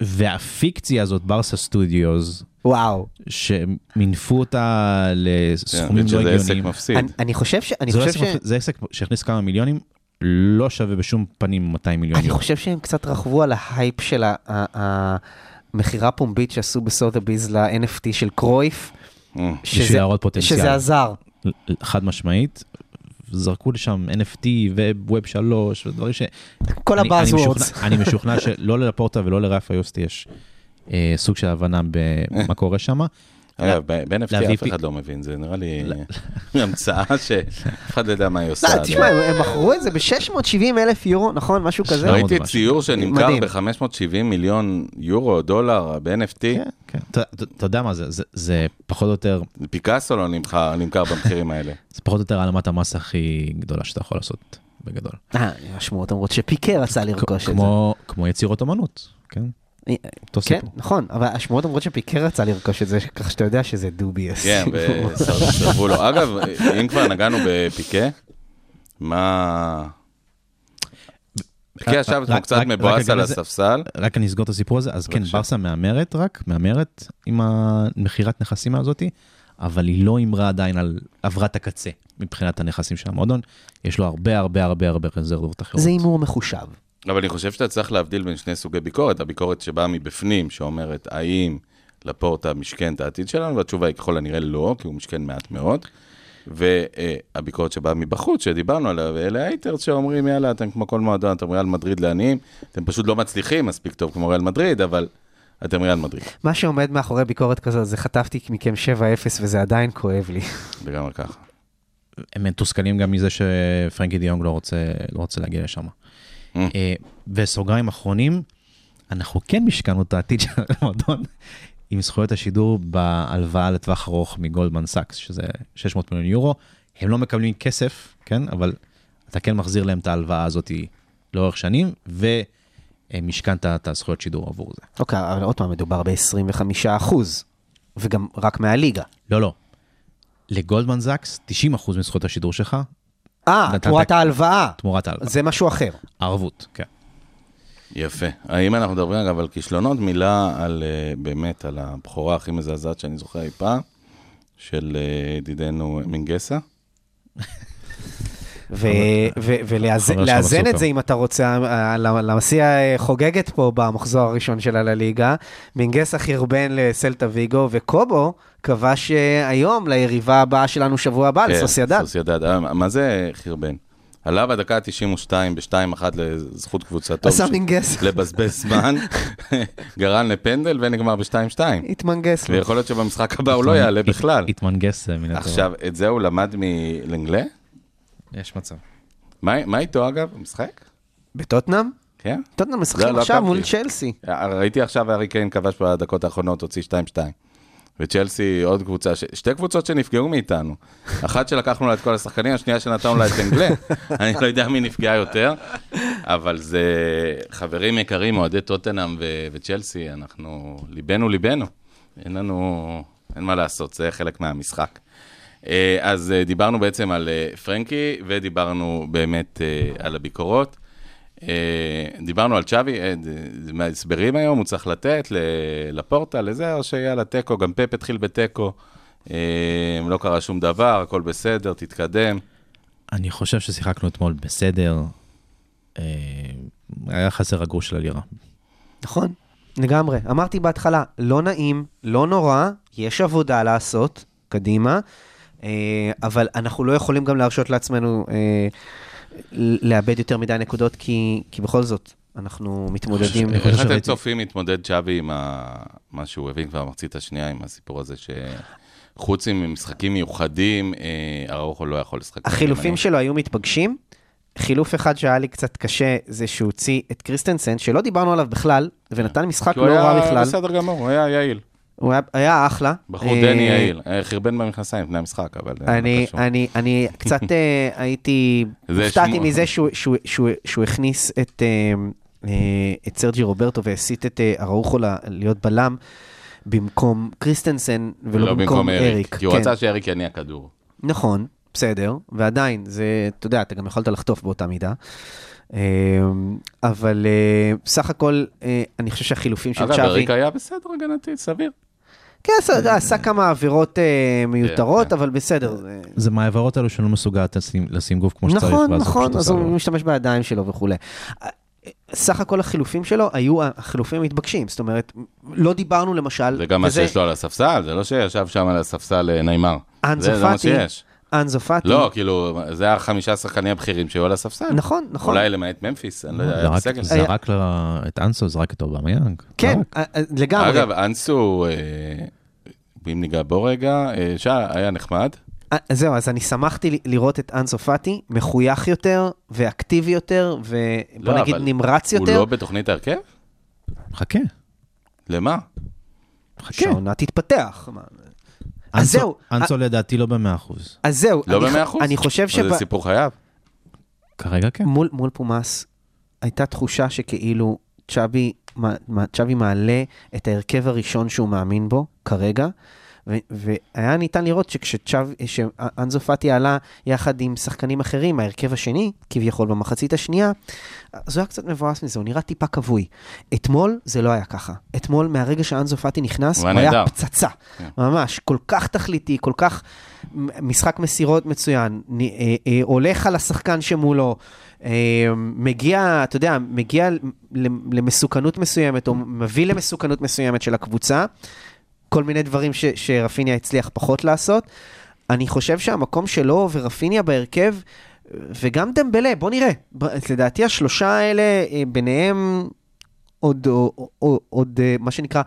והפיקציה הזאת, ברסה סטודיוס,
וואו.
שמינפו אותה לסכומים
להגיד
לא
שזה כן, עסק
הגיוניים.
מפסיד.
אני- אני חושב ש... אני
זה לא
חושב
עסק
ש...
מפסיד, זה עסק שהכניס כמה מיליונים, לא שווה בשום פנים 200 מיליון.
אני
יורו.
חושב שהם קצת רכבו על ההייפ של ה- ה- המכירה הפומבית שעשו בסודהביז ל-NFT של קרויף,
אמ,
בשביל
שזה-
להראות פוטנציאל.
שזה עזר.
חד משמעית. זרקו לשם NFT ו-Web 3 ודברים ש...
כל
אני-
הבאז
אני
וורדס.
משוכנע- אני משוכנע שלא ללפורטה ולא לרפה יוסטי יש אה, סוג של הבנה במה קורה שם.
אגב, ב- ב-NFT
להביא
אף
פי-
אחד לא מבין, זה נראה לי המצאה שאף אחד לא יודע מה היא עושה.
לא, תשמע, הם הם מכרו את זה ב-670 אלף יורו, נכון? משהו כזה?
לא,
ראיתי
משהו.
ציור שנמכר
מדהים.
ב-570 מיליון יורו, דולר, ב-NFT,
כן. אתה- אתה אתה יודע מה זה, זה- זה פחות או יותר,
פיקאסו לא נמכר נמכר במחירים האלה.
זה פחות או יותר העלמת המס הכי גדולה שאתה יכול לעשות בגדול.
אה, השמועות אומרות שפיקה רצה לרכוש לא את זה.
כמו- כמו יצירות אמנות, כן? אותו
כן,
סיפור.
נכון, אבל השמועות אומרות שפיקה רצה לרכוש את זה, כך שאתה יודע שזה דוביאס.
כן, וסרבו לו. אגב, אם כבר נגענו בפיקה, מה... פיקה ישב אתמול
רק-
קצת
רק- רק
מבואס על
אגיד לזה-
הספסל.
רק אני אסגור את הסיפור הזה, אז כן,
בבקשה.
ברסה מהמרת רק, מהמרת עם המכירת נכסים הזאתי, אבל היא לא הימרה עדיין על עברת הקצה מבחינת הנכסים של המועדון, יש לו הרבה הרבה הרבה הרבה רזרבות אחרות.
זה הימור מחושב.
אבל אני חושב שאתה צריך להבדיל בין שני סוגי ביקורת. הביקורת שבאה מבפנים, שאומרת, האם לפורטה משכן את העתיד שלנו? והתשובה היא ככל הנראה לא, כי הוא משכן מעט מאוד. והביקורת שבאה מבחוץ, שדיברנו עליה, ואלה הייטרס שאומרים, יאללה, אתם כמו כל מועדון, אתם ריאל מדריד לעניים, אתם פשוט לא מצליחים מספיק טוב כמו ריאל מדריד, אבל אתם ריאל מדריד,
מה שעומד מאחורי ביקורת כזאת זה חטפתי מכם 7-0 וזה עדיין כואב לי.
לגמרי ככה.
הם מתוסכלים גם מזה שפרנקי דיונג לא רוצה, לא רוצה להגיע לשם.
Mm.
אה, וסוגריים אחרונים, אנחנו כן משכנו את העתיד של המועדון עם זכויות השידור בהלוואה לטווח ארוך מגולדמן סאקס, שזה 600 מיליון יורו. הם לא מקבלים כסף, כן? אבל אתה כן מחזיר להם את ההלוואה הזאת לאורך שנים, ומשכנת את הזכויות שידור עבור זה.
אוקיי, אבל עוד פעם, מדובר ב-25 אחוז, וגם רק מהליגה.
לא, לא. לגולדמן זאקס, 90% מזכויות השידור שלך,
אה,
נתת-
תמורת ההלוואה.
תמורת ההלוואה.
זה משהו אחר.
ערבות, כן.
יפה. האם אנחנו מדברים אגב על כישלונות? מילה על, אה, באמת, על הבכורה הכי מזעזעת שאני זוכר אי פעם, של אה, ידידנו מנגסה.
ו- ו- ולאזן
חבר שלך
לאזן
בסופר.
את זה אם אתה רוצה, אה, למסיע אה, חוגגת פה במחזור הראשון שלה לליגה. מנגסה חרבן לסלטה ויגו, וקובו כבש אה, היום ליריבה הבאה שלנו שבוע הבא,
כן,
לסוסיידד.
סוסיידד. אה, מה זה חרבן? עלה בדקה ה-92 ב-2-1 לזכות קבוצתו.
עשה
בש-
מנגסה,
לבזבז זמן, גרם לפנדל ונגמר ב-2-2.
התמנגס. לו.
ויכול להיות שבמשחק הבא הוא לא יעלה בכלל.
התמנגס אה, מן הטוב.
עכשיו, את זה הוא למד מלנגלה?
יש מצב.
מה מה איתו אגב? משחק?
בטוטנאם?
כן?
טוטנאם משחקים
לא
עכשיו
עקבתי.
מול צ'לסי.
ראיתי עכשיו הארי קיין כבש בדקות האחרונות, הוציא 2-2. וצ'לסי עוד קבוצה, ש... שתי קבוצות שנפגעו מאיתנו. אחת שלקחנו לה את כל השחקנים, השנייה שנתנו לה את אנגלה. אני לא יודע מי נפגעה יותר, אבל זה... חברים יקרים, אוהדי טוטנאם ו... וצ'לסי, אנחנו... ליבנו ליבנו. אין לנו... אין מה לעשות, זה חלק מהמשחק. אה, אז אה, דיברנו בעצם על אה, פרנקי, ודיברנו באמת אה, על הביקורות. אה, דיברנו על צ'אבי, אה, ד- מההסברים היום הוא צריך לתת ל- לפורטה, לזה, או שיאללה, תיקו, גם פפ התחיל בתיקו, אה, לא קרה שום דבר, הכל בסדר, תתקדם.
אני חושב ששיחקנו אתמול בסדר. אה, היה חסר הגרוש של הלירה.
נכון, לגמרי. אמרתי בהתחלה, לא נעים, לא נורא, יש עבודה לעשות, קדימה, אה, אבל אנחנו לא יכולים גם להרשות לעצמנו אה, ל- לאבד יותר מדי נקודות, כי, כי בכל זאת, אנחנו מתמודדים.
אני חושב
איך אתם
שראיתי-
צופים מתמודד צ'אבי עם ה- מה שהוא הבין כבר במחצית השנייה, עם הסיפור הזה שחוץ ממשחקים מיוחדים, אה, אראוחו לא יכול לשחק.
החילופים
אני-
שלו היו מתפגשים, חילוף אחד שהיה לי קצת קשה, זה שהוא הוציא את קריסטנסן, שלא דיברנו עליו בכלל, ונתן משחק
כי
לא
הוא
רע
היה
בכלל.
בסדר גמור, הוא היה יעיל.
הוא היה- היה אחלה.
בחור
אה,
דני יעיל. אה, חרבן במכנסיים לפני המשחק, אבל... זה לא
אני,
קשור.
אני, אני קצת אה, הייתי,
זה
הופתעתי
שמו-
מזה שהוא, שהוא, שהוא, שהוא הכניס את, אה, אה, את סרג'י רוברטו והסיט את אה, אראוחו ל- להיות בלם במקום קריסטנסן ולא
לא במקום אריק. כי הוא
כן.
רצה שאריק יניע כדור.
נכון, בסדר, ועדיין, זה, אתה יודע, אתה גם יכולת לחטוף באותה מידה. אה, אבל אה, בסך הכל, אה, אני חושב שהחילופים של
אגב,
צ'אבי...
אריק היה בסדר הגנתית, סביר.
כן, עשה- עשה כמה עבירות אה,
כן,
מיותרות, אבל בסדר. אה,
זה מהעברות האלו שאני לא מסוגל לשים- לשים גוף כמו שצריך.
נכון,
ואז הוא
נכון,
פשוט
אז
עשה לו.
הוא משתמש בידיים שלו וכולי. סך הכל החילופים שלו היו החילופים המתבקשים, זאת אומרת, לא דיברנו למשל,
זה גם מה
וזה
שיש לו על הספסל, זה לא שישב שם על הספסל אה, נעימר. זה זה מה
אנזופטי,
שיש.
אנזו פאטי,
לא, כאילו, זה החמישה שחקנים הבכירים שהיו על הספסל.
נכון, נכון,
אולי למעט ממפיס, אני לא יודע, היה
זרק-
בסגל.
זרק לה- את אנסו, זרק את אובמיאנג.
כן, אה, אה, לגמרי,
לא. אגב, אנסו, אה, אם ניגע בו רגע, אה, שהיה נחמד.
אה, זהו, אז אני שמחתי ל- לראות את אנזו פאטי מחוייך יותר, ואקטיבי יותר, ובוא
לא,
נגיד
אבל
נמרץ
הוא
יותר,
לא בתוכנית ההרכב?
חכה,
למה? כן.
חכה.
שהעונה תתפתח. מה. אז
אנסו-
זהו,
אנסו לדעתי לא במאה אחוז.
אז זהו,
לא
אני ח-
במאה אחוז?
אני חושב
אבל זה
שב...
סיפור חייו.
כרגע כן.
מול, מול פומאס הייתה תחושה שכאילו צ'אבי, מה- מה- צ'אבי מעלה את ההרכב הראשון שהוא מאמין בו כרגע, ו, והיה ניתן לראות שכשצ'אבי, שאנזו פאטי עלה יחד עם שחקנים אחרים, ההרכב השני, כביכול במחצית השנייה, אז הוא היה קצת מבואס מזה, הוא נראה טיפה כבוי. אתמול זה לא היה ככה. אתמול, מהרגע שאנזו פאטי נכנס,
הוא
הוא
היה
היה
נהדר.
פצצה.
כן.
ממש, כל כך תכליתי, כל כך מ- משחק מסירות מצוין, נ- אה, אה, הולך על השחקן שמולו, אה, מגיע, אתה יודע, מגיע ל- למסוכנות מסוימת, או מביא למסוכנות מסוימת של הקבוצה, כל מיני דברים ש- שרפיניה הצליח פחות לעשות. אני חושב שהמקום שלו ורפיניה בהרכב, וגם דמבלה, בוא נראה. ב- לדעתי השלושה האלה, אה, ביניהם עוד, עוד, עוד, עוד אה, מה שנקרא,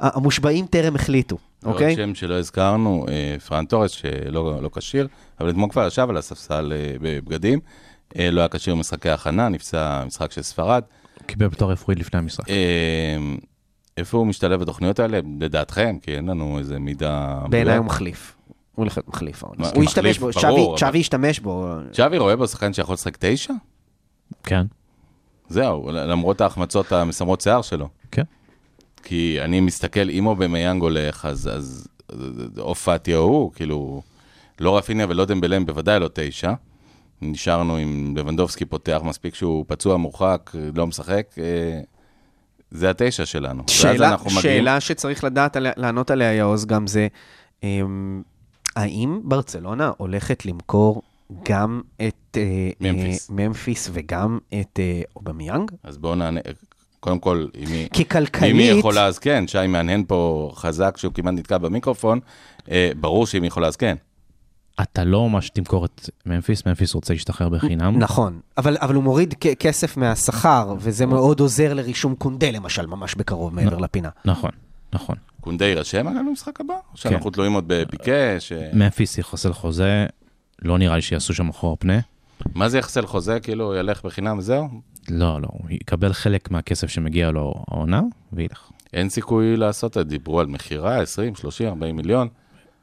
ה- המושבעים טרם החליטו,
עוד
אוקיי?
לא שם שלא הזכרנו, אה, פרן תורס, שלא לא כשיר, אבל אתמול כבר ישב על הספסל אה, בבגדים. אה, לא היה כשיר במשחקי הכנה, נפצע משחק של ספרד.
הוא קיבל פטור רפואי לפני המשחק.
אה, איפה הוא משתלב בתוכניות האלה, לדעתכם? כי אין לנו איזה מידע...
בעיניי
מדויק.
הוא מחליף. הוא הולך להיות מחליף. העונה.
מה,
הוא
מחליף,
ישתמש בו,
ברור,
צ'אבי-
אבל-
צ'אבי ישתמש בו.
צ'אבי רואה בו שחקן שיכול לשחק תשע?
כן.
זהו, למרות ההחמצות המסמרות שיער שלו.
כן.
כי אני מסתכל, אם אובמיאנג הולך, אז- אז אז- או פאטי או הוא, כאילו, לא רפיניה ולא דמבלם, בוודאי לא תשע. נשארנו עם לבנדובסקי פותח, מספיק שהוא פצוע מורחק, לא משחק, אה, זה התשע שלנו. ואז
שאלה,
אנחנו מגיעים-
שאלה שצריך לדעת, עליה- לענות עליה יעוז גם זה, אמ, האם ברצלונה הולכת למכור גם את אה,
ממפיס.
אה, ממפיס וגם את אה, אובמיאנג?
אז בואו נענה, קודם כל, אם היא...
כי
אם היא
כלכלית,
יכולה, אז כן, שי מהנהן פה חזק שהוא כמעט נתקע במיקרופון, אה, ברור שאם היא יכולה, אז כן.
אתה לא ממש תמכור את ממפיס, ממפיס רוצה להשתחרר בחינם.
נכון, אבל, אבל הוא מוריד כ- כסף מהשכר, וזה
נכון.
מאוד עוזר לרישום קונדה למשל, ממש בקרוב מעבר לפינה.
נכון, נכון.
קונדה יירשם אגב למשחק הבא?
כן.
או שאנחנו תלויים עוד בפיקה? ש...
ממפיס יחסל חוזה, לא נראה לי שיעשו שם אחורה פנה.
מה זה יחסל חוזה? כאילו, ילך בחינם וזהו?
לא, לא, הוא יקבל חלק מהכסף שמגיע לו העונה, וילך.
אין סיכוי לעשות את זה. דיברו על מכירה, 20, 30, 40 מיליון.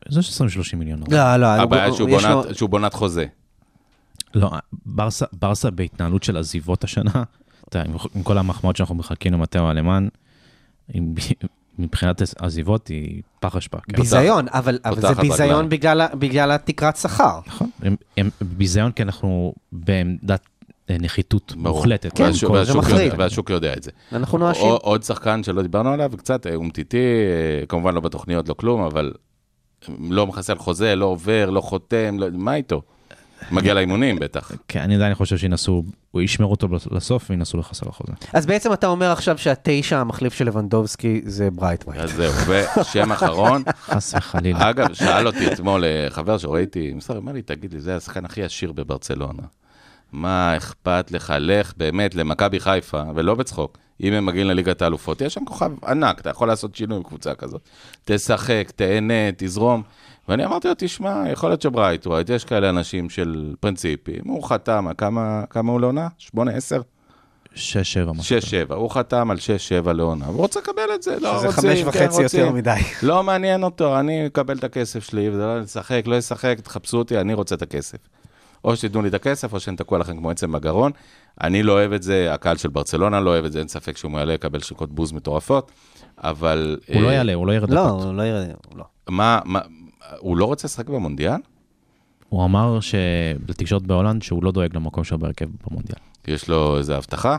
זה יש 20-30 מיליון. אבל-
לא, לא,
הבעיה
הוא-
שהוא
יש לו-
בונת- שהוא בונת חוזה.
לא, ברסה, ברסה בהתנהלות של עזיבות השנה, אתה, עם, עם כל המחמאות שאנחנו מחכים למטאו הלמן, עם, מבחינת עזיבות היא פח אשפה. כן.
ביזיון, אבל, אבל זה
פותחת
ביזיון
רגליים.
בגלל, ה- בגלל התקרת שכר.
נכון, הם, הם ביזיון כי אנחנו בעמדת אה, נחיתות
ברור.
מוחלטת.
כן,
עם
והשוק-
כל-
זה
והשוק יודע-
מחריד.
והשוק יודע את זה.
אנחנו נואשים.
עוד- עוד שחקן שלא דיברנו עליו, קצת אה, אומטיטי, אה, כמובן לא בתוכניות, לא כלום, אבל לא מחסל חוזה, לא עובר, לא חותם, לא- מה איתו? מגיע לאימונים בטח.
כן, אני עדיין חושב שינסו, ישמרו אותו לסוף וינסו לחסר החוזה.
אז בעצם אתה אומר עכשיו שהתשע המחליף של לבנדובסקי זה ברייט ווייט.
אז זהו, ושם אחרון,
חס וחלילה.
אגב, שאל אותי אתמול אה, חבר שראיתי, מסתבר, אמר לי, תגיד לי, זה השחקן הכי עשיר בברצלונה. מה אכפת לך? לך באמת למכבי חיפה, ולא בצחוק, אם הם מגיעים לליגת האלופות, יש שם כוכב ענק, אתה יכול לעשות שינוי עם קבוצה כזאת. תשחק, תהנה, תזרום. ואני אמרתי לו, תשמע, יכול להיות שברייט ווייט, יש כאלה אנשים של פרינציפים, הוא חתם, על כמה, כמה הוא לעונה? שמונה, עשר?
6-7.
נכון.
משהו כזה.
6-7, הוא חתם על 6-7 לעונה, והוא רוצה לקבל את זה, לא
שזה
רוצים,
חמש וחצי
כן, רוצים.
יותר מדי.
לא מעניין אותו, אני אקבל את הכסף שלי, וזה לא לשחק, לא ישחק, תחפשו אותי, אני רוצה את הכסף. או שתיתנו לי את הכסף, או שאני תקוע לכם כמו עצם בגרון. אני לא אוהב את זה, הקהל של ברצלונה לא אוהב את זה, אין ספק שאם הוא יעלה יקבל שריקות בוז מטורפות, אבל...
הוא לא
אה,
יעלה, הוא לא ירד
לא,
דקות.
הוא לא יראה, הוא לא.
מה, מה, הוא לא רוצה לשחק במונדיאל?
הוא אמר ש- לתקשורת בהולנד שהוא לא דואג למקום שלו בהרכב במונדיאל.
יש לו איזו הבטחה?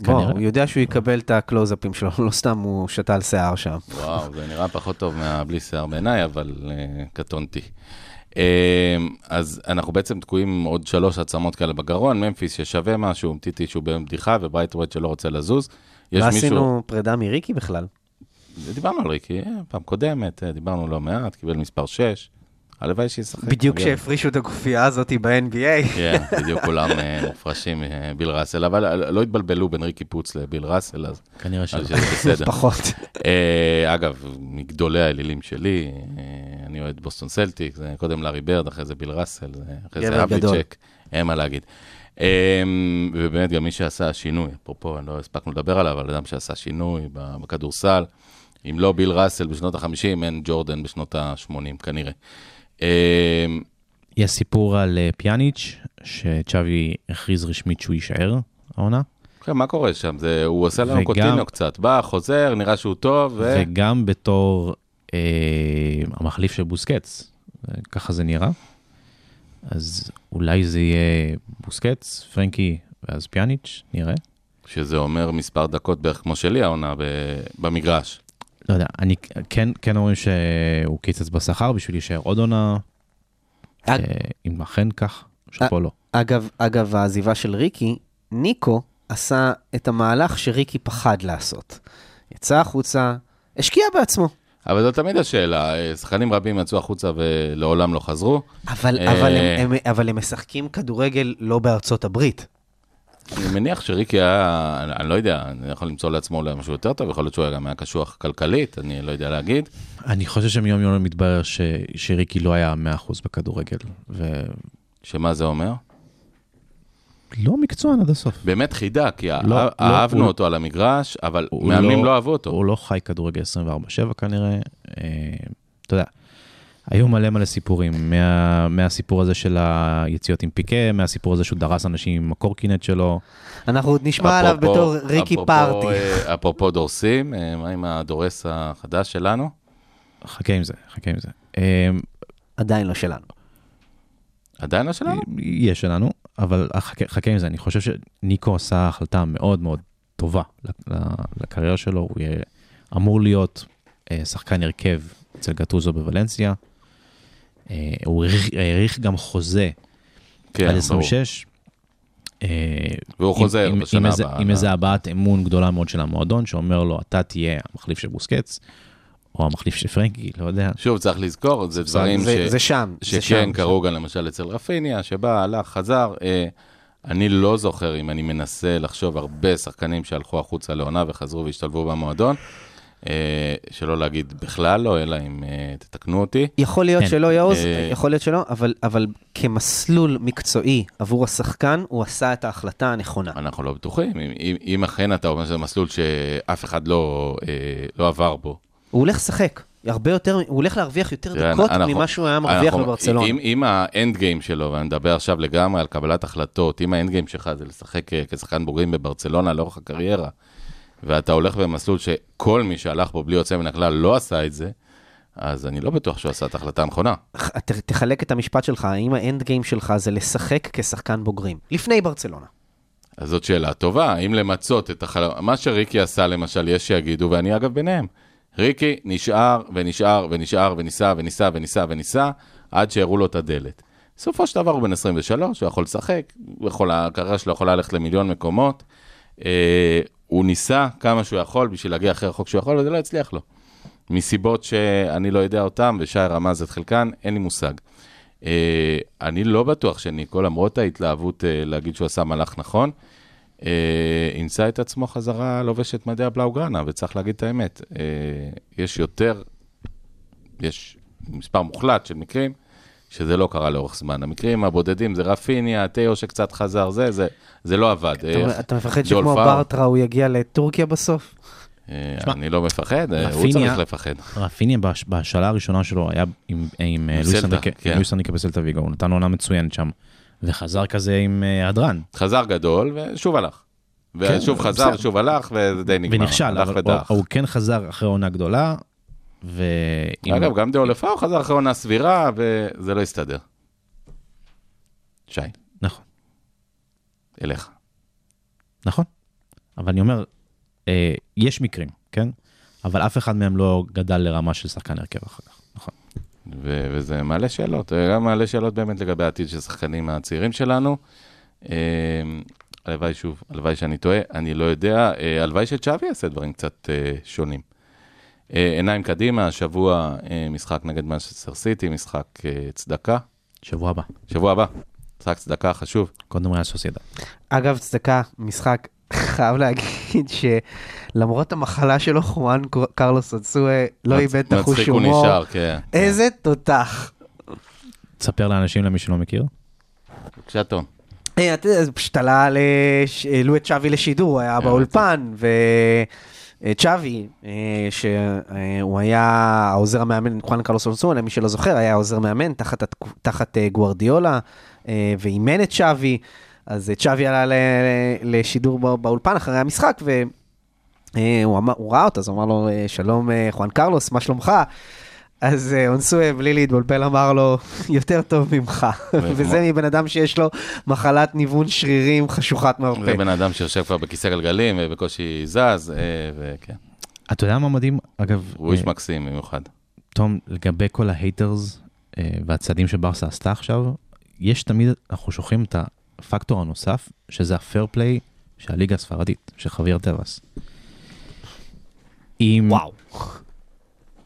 בוא,
כנראה.
הוא יודע שהוא יקבל את הקלוזאפים שלו, לא סתם הוא שתל שיער שם.
וואו, זה נראה פחות טוב מהבלי שיער בעיניי, אבל אה, קטונתי. אה, אז אנחנו בעצם תקועים עם עוד שלוש עצמות כאלה בגרון, ממפיס ששווה משהו, טיטי שהוא בבדיחה, וברייטווייט שלא רוצה לזוז. יש
לא
מישהו,
עשינו פרידה מריקי בכלל.
דיברנו על ריקי, אה, פעם קודמת, אה, דיברנו לא מעט, קיבל מספר 6, הלוואי שישחק.
בדיוק
מגיע לו.
כשהפרישו את הגופייה הזאת ב-NBA.
כן, בדיוק כולם אה, מופרשים מביל ראסל, אבל אה, לא התבלבלו בין ריקי פוץ לביל ראסל, אז
כנראה שלא.
אז שזה בסדר.
פחות.
אה, אגב, מגדולי האלילים שלי, אה, אני אוהד בוסטון סלטיק, זה קודם לארי ברד, אחרי זה ביל ראסל, זה- אחרי
גבר
זה אבי
גדול.
צ'ק, אין מה להגיד. אה, ובאמת, גם מי שעשה שינוי, אפרופו, לא הספקנו לדבר עליו, אבל אדם שעשה שינוי בכדורסל, אם לא ביל ראסל בשנות ה-50, אין ג'ורדן בשנות ה-80 כנראה. אה,
יש סיפור על אה, פיאניץ', שצ'אבי הכריז רשמית שהוא יישאר העונה,
כן, מה קורה שם? זה, הוא עושה לנו
וגם-
קוטיניו קצת, בא, חוזר, נראה שהוא טוב, ו...
וגם בתור אה, המחליף של בוסקץ, אה, ככה זה נראה. אז אולי זה יהיה בוסקץ, פרנקי ואז פיאניץ', נראה.
שזה אומר מספר דקות בערך כמו שלי העונה ב- במגרש.
לא יודע, אני כן, כן אומרים שהוא קיצץ בשכר בשביל להישאר עוד עונה, אה,
אג-
אם אכן כך, שפה לא.
אגב, אגב, העזיבה של ריקי, ניקו עשה את המהלך שריקי פחד לעשות. יצא החוצה, השקיע בעצמו.
אבל זו תמיד השאלה, אה, שחקנים רבים יצאו החוצה ולעולם לא חזרו.
אבל,
אה.
אבל, הם, הם, אבל הם משחקים כדורגל לא בארצות הברית.
אני מניח שריקי היה, אני, אני לא יודע, אני יכול למצוא לעצמו אולי משהו יותר טוב, יכול להיות שהוא היה גם היה קשוח כלכלית, אני לא יודע להגיד.
אני חושב שמיום יום מתברר ש- שריקי לא היה 100% בכדורגל,
שמה זה אומר?
ולא לא מקצוען עד הסוף.
באמת חידה, כי לא,
לא,
לא,
לא,
אהבנו
הוא-
אותו על המגרש, אבל
הוא
מאמנים
לא-
לא אהבו אותו.
הוא לא חי כדורגל 24-7 כנראה. אה, אתה יודע, היו מלא מלא סיפורים, מה- מהסיפור הזה של היציאות עם פיקה, מהסיפור הזה שהוא דרס אנשים עם הקורקינט שלו.
אנחנו עוד נשמע עליו
אפרופו-
בתור ריקי
אפרופו,
פארטי.
אה, אפרופו דורסים, אה, מה עם הדורס החדש שלנו?
חכה עם זה, חכה עם זה. אה,
עדיין לא שלנו.
עדיין לא שלנו?
יש שלנו, אבל חכה, חכה עם זה, אני חושב שניקו עשה החלטה מאוד מאוד טובה ל- ל- לקריירה שלו, הוא יהיה, אמור להיות אה, שחקן הרכב אצל גטוזו בוולנסיה. אה, הוא האריך- האריך גם חוזה
כן,
עד
ברור.
26. אה,
והוא
עם-
חוזר
עם- עם
בשנה
איזה-
הבאה. אה? לא?
עם איזה הבעת אמון גדולה מאוד של המועדון, שאומר לו, אתה תהיה המחליף של בוסקץ, או המחליף של פרנקי, לא יודע.
שוב, צריך לזכור, זה דברים ש...
זה, זה שם, זה שם.
שכן קרו גם למשל אצל רפיניה, שבא, הלך, חזר. אה, אני לא זוכר אם אני מנסה לחשוב הרבה שחקנים שהלכו החוצה לעונה וחזרו והשתלבו במועדון. אה, שלא להגיד בכלל לא, אלא אם אה, תתקנו אותי.
יכול להיות
כן.
שלא, יעוז,
אה.
יכול להיות שלא, אבל, אבל כמסלול מקצועי עבור השחקן, הוא עשה את ההחלטה הנכונה.
אנחנו לא בטוחים. אם, אם, אם אכן אתה אומר שזה מסלול שאף אחד לא, אה, לא עבר בו.
הוא הולך לשחק, הרבה יותר, הוא הולך להרוויח יותר
תראה,
דקות
אנחנו-
ממה שהוא היה מרוויח
אנחנו-
בברצלונה.
אם- אם האנד גיים שלו, ואני מדבר עכשיו לגמרי על קבלת החלטות, אם האנד גיים שלך זה לשחק אה, כשחקן בוגרים בברצלונה לאורך הקריירה, ואתה הולך במסלול שכל מי שהלך בו בלי יוצא מן הכלל לא עשה את זה, אז אני לא בטוח שהוא עשה את ההחלטה הנכונה.
ת- תחלק את המשפט שלך, האם האנד גיים שלך זה לשחק כשחקן בוגרים, לפני ברצלונה.
אה, אז זאת שאלה טובה, האם למצות את החלום, מה שריקי עשה למשל, יש שיגידו, ואני אגב ביניהם. ריקי נשאר ונשאר ונשאר וניסה וניסה וניסה וניסה, עד שהראו לו את הדלת. בסופו של דבר הוא בן 23, הוא יכול לשחק, הוא יכול, הקריירה שלו יכולה ללכת למיליון מקומות. אה, הוא ניסה כמה שהוא יכול בשביל להגיע הכי רחוק שהוא יכול, וזה לא הצליח לו. מסיבות שאני לא יודע אותן, ושי רמז את חלקן, אין לי מושג. אה, אני לא בטוח שניקו, למרות ההתלהבות אה, להגיד שהוא עשה מהלך נכון, אה, ימצא את עצמו חזרה לובש את מדעי הבלאוגרנה, וצריך להגיד את האמת. אה, יש יותר, יש מספר מוחלט של מקרים שזה לא קרה לאורך זמן. המקרים הבודדים זה רפיניה, תיאו שקצת חזר, זה, זה, זה לא עבד.
אתה-
אה,
אתה מפחד
ג'ול
שכמו
פאו,
ברטרה הוא יגיע לטורקיה בסוף?
אה,
תשמע,
אני לא מפחד, אה, הוא
רפיניה-
צריך לפחד.
רפיניה בש- בהשאלה הראשונה שלו היה עם- עם אה, לואיס
בסלטה,
אנריקה-
כן.
לואיס אנריקה בסלטה ויגו, הוא נתן עונה מצוינת שם, וחזר כזה עם אה, הדרן,
חזר גדול, ושוב הלך. ושוב
כן,
חזר,
בסדר.
ושוב הלך, וזה די נגמר.
ונכשל,
הלך
אבל
ודח.
הוא- הוא כן חזר אחרי עונה גדולה, ועם-
אגב, גם דאו לפאו חזר אחרי עונה סבירה, וזה לא הסתדר. שי,
נכון,
אליך.
נכון. אבל אני אומר, אה, יש מקרים, כן? אבל אף אחד מהם לא גדל לרמה של שחקן הרכב אחר כך, נכון.
ו- וזה מעלה שאלות, אה, גם מעלה שאלות באמת לגבי העתיד של השחקנים הצעירים שלנו. אה, הלוואי, שוב, הלוואי שאני טועה, אני לא יודע, אה, הלוואי שצ'אבי יעשה דברים קצת אה, שונים. אה, עיניים קדימה, השבוע אה, משחק נגד מנצ'סטר סיטי, משחק אה, צדקה.
שבוע הבא,
שבוע הבא, משחק צדקה חשוב.
קודם ריאל סוסיידד.
אגב, צדקה, משחק, חייב להגיד שלמרות המחלה שלו, חואן קרלוס אצואה לא
מצ-
איבד את החוש
מצחיק הוא
הומור.
נשאר, כן.
אה,
איזה תותח.
תספר לאנשים, למי שלא מכיר.
בבקשה, תום.
אה, אתה יודע, זה פשוט עלה, לש- העלו את צ'אבי לשידור, הוא היה
הבנתי.
באולפן, אה, וצ'אבי, שהוא אה, היה העוזר המאמן, חואן קרלוס אונסון, למי שלא זוכר, היה עוזר מאמן תחת התק- תחת אה, גוארדיולה, אה, ואימן את צ'אבי, אז אה, צ'אבי עלה ל- ל- לשידור בא- באולפן אחרי המשחק, ו... אה, הוא, אמר, הוא ראה אותו, אז הוא אמר לו, אה, שלום אה, חואן קרלוס, מה שלומך? אז אה, אונסואה, בלי להתבלבל, אמר לו, יותר טוב ממך. וזה מבן אדם שיש לו מחלת ניוון שרירים חשוכת
אוקיי.
מרפא.
זה בן אדם שיושב כבר בכיסא גלגלים ובקושי זז, אה, וכן.
אתה יודע מה מדהים? אגב,
הוא איש
אה,
מקסים במיוחד.
תום, לגבי כל ההייטרס אה, והצעדים שברסה עשתה עכשיו, יש תמיד, אנחנו שוכחים את הפקטור הנוסף, שזה הפייר פליי של הליגה הספרדית, של חביר טבעס. אם וואו.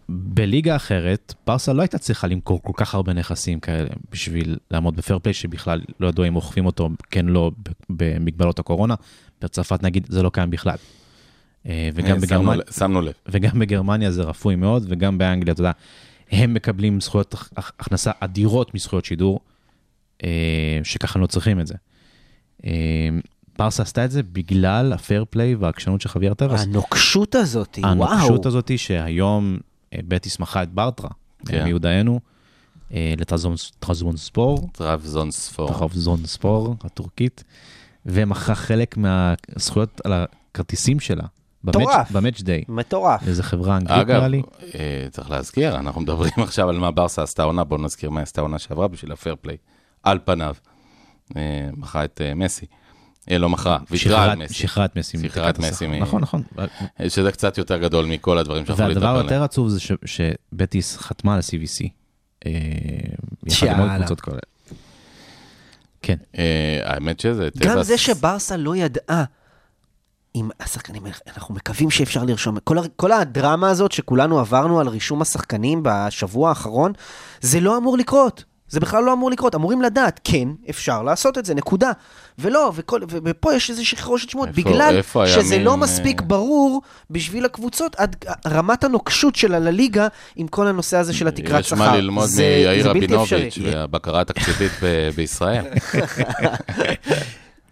בליגה אחרת, ברסה לא הייתה צריכה למכור כל כך הרבה נכסים כאלה בשביל לעמוד בפייר פליי, שבכלל לא ידעו אם אוכפים אותו, כן, לא, ב- במגבלות הקורונה. בצרפת נגיד, זה לא קיים בכלל. אה,
אה,
וגם בגרמניה.
שמנו- שמנו לב.
וגם בגרמניה זה רפוי מאוד, וגם באנגליה, אתה יודע, הם מקבלים זכויות, הכ- הכנסה אדירות מזכויות שידור, אה, שככה הם לא צריכים את זה. אה, ברסה עשתה את זה בגלל הפייר פליי והעקשנות של חוויאר טבעס.
הנוקשות הזאת, וואו.
הנוקשות הזאת שהיום אה, בטיס מכרה את ברטרה,
כן.
כן. מיודענו, אה, לטרזון ספור,
טראבזון ספור.
נכון. טרזון ספור הטורקית, ומכרה חלק מהזכויות על הכרטיסים שלה.
מטורף.
במאץ' דיי.
מטורף.
איזה חברה אנגלית
אגב,
נראה לי.
אה, צריך להזכיר, אנחנו מדברים עכשיו על מה ברסה עשתה עונה, בואו נזכיר מה עשתה עונה שעברה בשביל הפייר פליי. על פניו. אה, מכרה את אה, מסי. אה, לא מכרה, ויתרה על
שחררת-
מסי.
שחררת מסי. מתקרת
שחררת מסי
השכר.
מ-
נכון, נכון.
אה, שזה קצת יותר גדול מכל הדברים שאנחנו יכולים
והדבר
לדבר
היותר
עליהם.
עצוב זה ש- שבטיס חתמה על ה-CVC. אה, יחד עם עוד
יאללה.
קבוצות כאלה. כן,
אה, האמת שזה...
גם
טבעס-
זה שברסה לא ידעה, אם השחקנים, האלה- אנחנו מקווים שאפשר לרשום, כל, הר- כל הדרמה הזאת שכולנו עברנו על רישום השחקנים בשבוע האחרון, זה לא אמור לקרות. זה בכלל לא אמור לקרות, אמורים לדעת, כן, אפשר לעשות את זה, נקודה. ולא, וכל, ו- ופה יש איזושהי חרושת שמות,
איפה-
בגלל
איפה
שזה
הימים,
לא מספיק
אה?
ברור בשביל הקבוצות, עד רמת הנוקשות שלה לליגה עם כל הנושא הזה של התקרת שכר.
יש מה ללמוד
זה-
מיאיר
זה בלתי אפשרי.
רבינוביץ' והבקרה התקציבית ב- בישראל.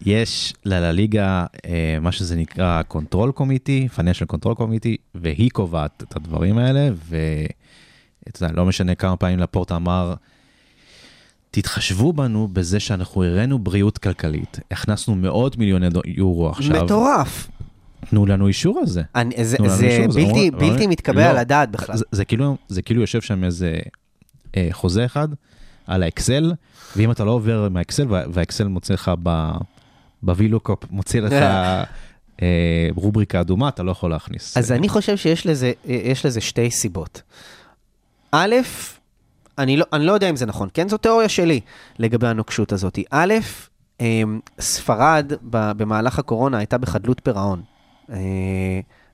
יש לליגה אה, מה שזה נקרא קונטרול קומיטי, financial קונטרול קומיטי, והיא קובעת את הדברים האלה, ואתה יודע, לא משנה כמה פעמים לפורט אמר, תתחשבו בנו בזה שאנחנו הראינו בריאות כלכלית, הכנסנו מאות מיליוני דו- יורו עכשיו,
מטורף.
תנו לנו אישור על זה.
אני, זה,
תנו לנו
זה
אישור, זה
בלתי,
לא-
בלתי
לא-
מתקבל
לא.
על הדעת בכלל.
זה, זה, כאילו, זה כאילו יושב שם איזה אה, חוזה אחד על האקסל, ואם אתה לא עובר עם האקסל, וה- והאקסל מוצא לך ב, בווילוקופ, מוציא לך אה, רובריקה אדומה, אתה לא יכול להכניס.
אז אני חושב שיש לזה, יש לזה שתי סיבות. א', אני לא, אני לא יודע אם זה נכון, כן? זו תיאוריה שלי לגבי הנוקשות הזאת. א', אמ, ספרד ב- במהלך הקורונה הייתה בחדלות פירעון. אה,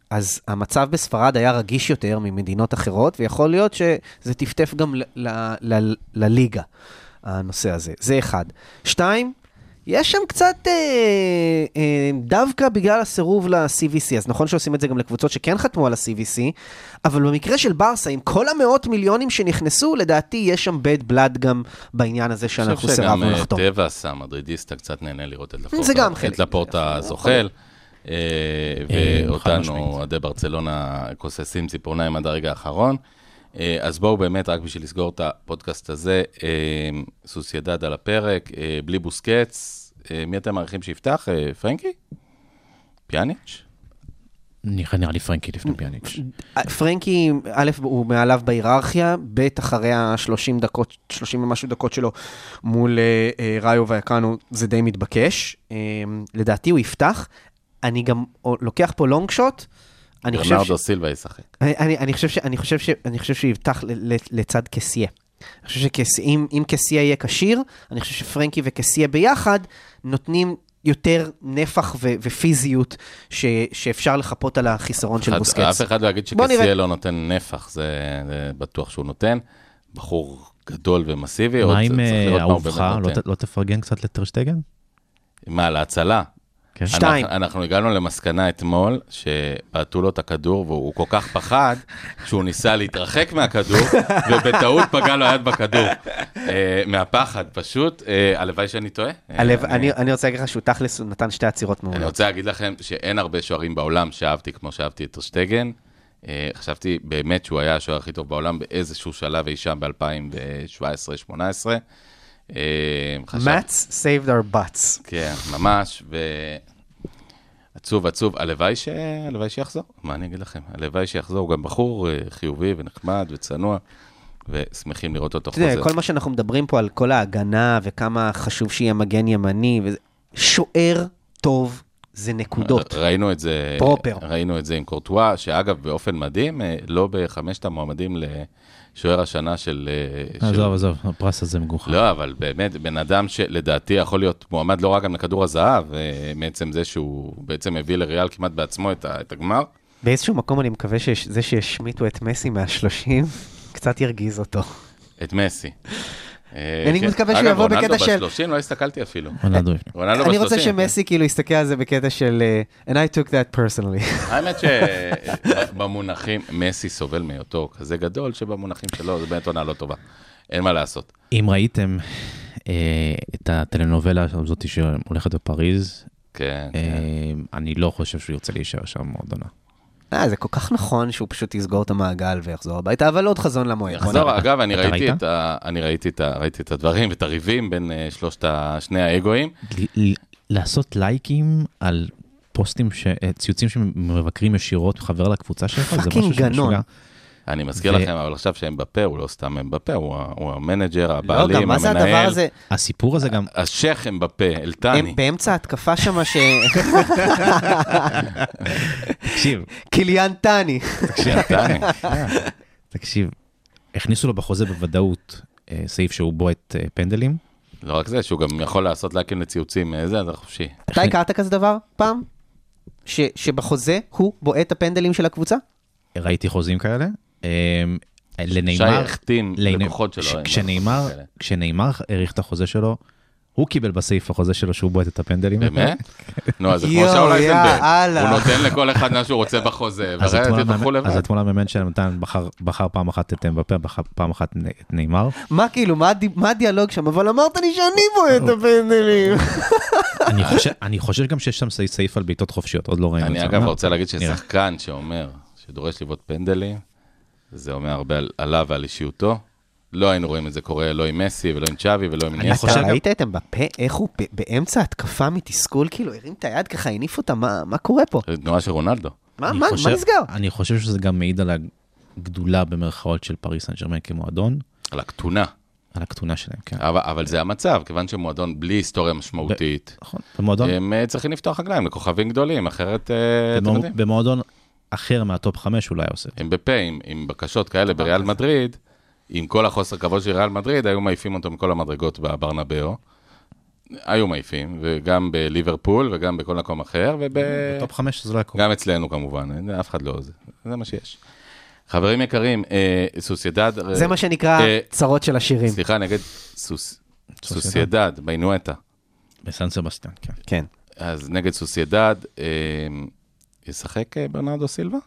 אז המצב בספרד היה רגיש יותר ממדינות אחרות, ויכול להיות שזה טפטף גם ל- ל- ל- לליגה, הנושא הזה. זה אחד. שתיים, יש שם קצת, אה, אה, דווקא בגלל הסירוב ל-CVC, אז נכון שעושים את זה גם לקבוצות שכן חתמו על ה-CVC, אבל במקרה של ברסה, עם כל המאות מיליונים שנכנסו, לדעתי יש שם בד בלאד גם בעניין הזה
אני
שאנחנו
חושב שגם
כן, סירבנו
אה,
לחתום.
טבע עשה, מדרידיסטה, קצת נהנה לראות את לפורטה.
זה גם חלק.
את לפורטה זוחל, אה,
אה, חד
ואותנו,
משמעית.
אוהדי ברצלונה, כוססים ציפורניים עד הרגע האחרון. אה, אז בואו באמת, רק בשביל לסגור את הפודקאסט הזה, אה, סוסיידד על הפרק, אה, בלי בוסקץ, אה, מי אתם מעריכים שיפתח? אה, פרנקי? פיאניץ'?
נראה נראה לי פרנקי לפני פיאניץ'.
אה, פרנקי, א', הוא מעליו בהיררכיה, ב', אחרי ה-30 דקות, 30 ומשהו דקות שלו מול אה, אה, ראיו ויקנו, זה די מתבקש. אה, לדעתי הוא יפתח. אני גם אה, לוקח פה לונג שוט. אני חושב ש-
ברנרדו סילבה ישחק.
אני- אני אני חושב ש- אני חושב ש- אני חושב שיפתח ל- ל- לצד קסיה. אני חושב שאם קסיה יהיה כשיר, אני חושב שפרנקי וקסיה ביחד נותנים יותר נפח ו- ופיזיות ש- שאפשר לחפות על החיסרון של
אחד-
בוסקץ.
אף אחד לא יגיד
בוא נראה.
שקסייה לא נותן נפח, זה זה בטוח שהוא נותן. בחור גדול ומסיבי, עוד
מה עם
צריך
אה,
לראות מה הוא באמת
אהובך? לא
נותן.
ת- לא תפרגן קצת לטרשטגן?
מה, להצלה?
כן.
שתיים.
אנחנו, אנחנו הגענו למסקנה אתמול, שבעטו לו את הכדור, והוא כל כך פחד, שהוא ניסה להתרחק מהכדור, ובטעות פגע לו היד בכדור. אה, מהפחד, פשוט. אה, הלוואי שאני טועה. אה,
הלב, אני, אני רוצה להגיד לך שהוא תכלס, הוא נתן שתי עצירות
אני
מעולות.
רוצה להגיד לכם שאין הרבה שוערים בעולם שאהבתי כמו שאהבתי את טרשטגן. אה, חשבתי באמת שהוא היה השוער הכי טוב בעולם באיזשהו שלב אי שם ב-2017-2018.
Mats saved our butts.
אה, כן, ממש, ו... עצוב, עצוב. הלוואי, ש... הלוואי שיחזור, מה אני אגיד לכם? הלוואי שיחזור, הוא גם בחור אה, חיובי ונחמד וצנוע, ושמחים לראות אותו
אתה יודע,
חוזר.
כל מה שאנחנו מדברים פה על כל ההגנה וכמה חשוב שיהיה מגן ימני, וזה- שוער טוב זה נקודות.
ר- ראינו את זה,
פרופר.
ראינו את זה עם קורטואה, שאגב, באופן מדהים, אה, לא בחמשת המועמדים לשוער השנה של... אה, של-
עזוב, עזוב, הפרס הזה מגוחך.
לא, אבל באמת, בן אדם שלדעתי יכול להיות מועמד לא רק גם לכדור הזהב, אה, מעצם זה שהוא בעצם הביא לריאל כמעט בעצמו את ה- את הגמר.
באיזשהו מקום אני מקווה שזה שהשמיטו את מסי מהשלושים, קצת ירגיז אותו.
את מסי. אה,
אני
כן.
מקווה שהוא יבוא בקטע של-
אגב, רונלדו ב-30 לא הסתכלתי אפילו.
רונלדו יפתח.
רונלדו
אני רוצה
ב-שלושים, כן.
שמסי כאילו יסתכל על זה בקטע של אה, And I took that personally.
כן. האמת שבמונחים, מסי סובל מהיותו כזה גדול, שבמונחים שלו זה באמת עונה לא טובה. אין מה לעשות.
אם ראיתם אה, את הטלנובלה הזאת שהולכת בפריז,
כן, כן.
אה, אני לא חושב שהוא ירצה להישאר שם עוד עונה.
אה, זה כל כך נכון שהוא פשוט יסגור את המעגל ויחזור הביתה, אבל עוד חזון למועד. בוא
יחזור,
נראה.
לא, אגב, אני
אתה
ראיתי
ראית?
את ה- אני ראיתי את ה- ראיתי את הדברים ואת הריבים בין אה, שלושת ה- שני האגואים.
ל- ל- לעשות לייקים על פוסטים, ש- אה, ציוצים שמבקרים ישירות חבר לקבוצה שלך, זה
פאקינג
משהו
גנון.
שמשוגע.
אני מזכיר
ו-
לכם, אבל עכשיו שהם בפה, הוא לא סתם הם בפה, הוא ה- הוא המנג'ר,
לא,
הבעלים,
גם מה זה הדבר
המנהל.
הזה?
הסיפור הזה גם,
השייח הם בפה,
הם
אלטני.
באמצע התקפה שמה ש...
תקשיב,
קיליאן טאני.
אלטני.
תקשיב, הכניסו לו בחוזה בוודאות אה, סעיף שהוא בועט אה, פנדלים.
לא רק זה, שהוא גם יכול לעשות לייקים לציוצים, אה, זה, זה חופשי.
אתה הכרת כזה דבר פעם? ש- שבחוזה הוא בועט הפנדלים של הקבוצה?
ראיתי חוזים כאלה. אה,
שי
לנאמר,
החתים
לעיני-
לקוחות שלו. אה,
כש-
עם
כשנאמר,
החובות האלה.
כשנאמר האריך את החוזה שלו, הוא קיבל בסעיף החוזה שלו שהוא בועט את הפנדלים.
באמת? נו, אז זה כמו
יואו,
שאול
יא,
אייזנברג. הוא
אללה.
נותן לכל אחד מה שהוא רוצה בחוזה,
אז
והרי
אתמול
תלכו
המאמן-
לבד.
אז אתמול המאמן שלהם נתן, בחר- בחר פעם אחת את אמבפה, בחר פעם אחת את נאמר.
מה כאילו, מה הדי- מה הדיאלוג שם? אבל אמרת לי שאני בועט
אוקיי.
הפנדלים.
אני חושב- אני חושב גם שיש שם סעיף- סעיף על בעיטות חופשיות, עוד לא ראינו את זה.
אני אגב
אה,
רוצה להגיד
נראה.
ששחקן שאומר שדורש לבעוט פנדלים, זה אומר הרבה על- עליו ועל אישיותו. לא היינו רואים את זה קורה לא עם מסי ולא עם צ'אבי ולא עם
אני
ניאסה.
חושב
אתה
גם-
ראית את אמבפה? איך הוא ב- באמצע התקפה מתסכול, כאילו הרים את היד ככה, הניף אותה, מה מה קורה פה?
זה תנועה של רונלדו.
מה
אני
מה-
חושב-
מה נסגר?
אני חושב שזה גם מעיד על הגדולה במרכאות של פריס סן ג'רמן כמועדון,
על הקטונה.
על הקטונה שלהם, כן.
אבל, אבל זה המצב, כיוון שמועדון בלי היסטוריה משמעותית,
נכון. במועדון-
הם אה, צריכים לפתוח רגליים לכוכבים גדולים, אחרת, אה, אתם יודעים,
במוע- במועדון אחר מהטופ חמש אולי עושה.
הם בפה עם, עם בקשות
אה,
כאלה בריאל מדריד, עם כל החוסר כבוד של ריאל מדריד, היו מעיפים אותו מכל המדרגות בברנבאו. היו מעיפים, וגם בליברפול, וגם בכל מקום אחר,
טופ
אה,
וגם
חמש זה לא היה קורה.
אצלנו כמובן, אף אחד לא זה, זה מה שיש. חברים יקרים, אה, סוסיידד...
זה מה שנקרא
אה,
צרות של עשירים.
סליחה, נגד סוס... סוסיידד, ביינואטה.
בסן סבסטיאן, כן.
כן.
אז נגד סוסיידד, אה, ישחק אה, ברנרדו סילבה?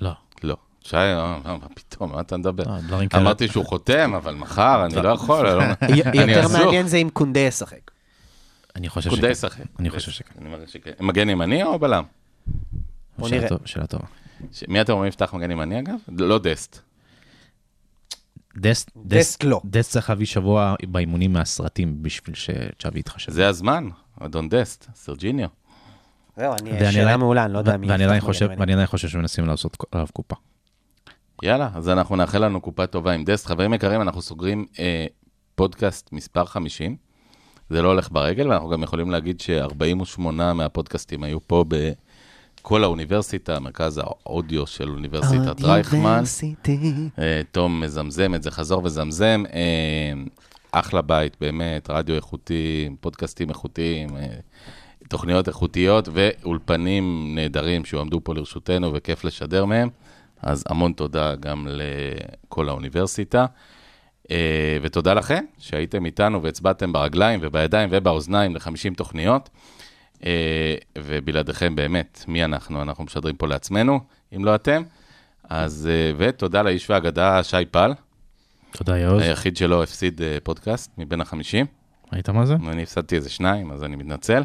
לא.
לא. שי, אה, מה מה פתאום, מה אתה מדבר?
אה, דברים כאלה.
אמרתי שהוא חותם, אבל מחר, אני לא יכול, אני לא- אני
יותר
עסוק.
מעניין זה אם קונדה ישחק.
אני חושב
הוא די
שכן.
ישחק.
אני חושב שכן.
אני מרגיש שכן. מגן ימני או בלם?
בוא
שאלה
נראה.
טוב- שאלה טובה.
ש- מי אתם אומרים יפתח מגן ימני אגב? לא דסט.
דסט,
דסט לא.
דסט צריך להביא שבוע באימונים מהסרטים בשביל שצ'אבי יתחשב.
זה הזמן, אדון דסט, סרג'יניו.
זהו, אני-
ואני
שאלה
עדיין-
מעולה, אני לא יודע מי...
ואני
יפתח
עדיין
מגן
חושב-
ימני.
ואני עדיין חושב שמנסים לעשות עליו קופה.
יאללה, אז אנחנו נאחל לנו קופה טובה עם דסט. חברים יקרים, אנחנו סוגרים אה, פודקאסט מספר 50. זה לא הולך ברגל, ואנחנו גם יכולים להגיד ש-48 מהפודקאסטים היו פה בכל האוניברסיטה, מרכז האודיו של
אה,
אוניברסיטת רייכמן.
אוניברסיטי.
אה, תום מזמזם את זה חזור וזמזם. אה, אחלה בית, באמת, רדיו איכותי, פודקאסטים איכותיים, אה, תוכניות איכותיות ואולפנים נהדרים שהועמדו פה לרשותנו וכיף לשדר מהם. אז המון תודה גם לכל האוניברסיטה. אה, ותודה לכם שהייתם איתנו והצבעתם ברגליים ובידיים ובאוזניים ל-50 תוכניות. אה, ובלעדיכם באמת, מי אנחנו? אנחנו משדרים פה לעצמנו, אם לא אתם. אז, אה, ותודה לאיש והאגדה שי פל,
תודה, יעוז.
היחיד שלא הפסיד אה, פודקאסט מבין החמישים.
ראית מה זה?
אני הפסדתי איזה שניים, אז אני מתנצל.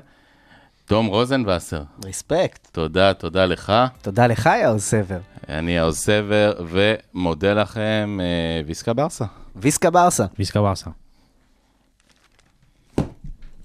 תום רוזנבסר,
ריספקט.
תודה, תודה לך.
תודה לך, יאו סבר.
אני העוז סבר, ומודה לכם, אה, ויסקה ברסה.
ויסקה ברסה.
ויסקה ברסה.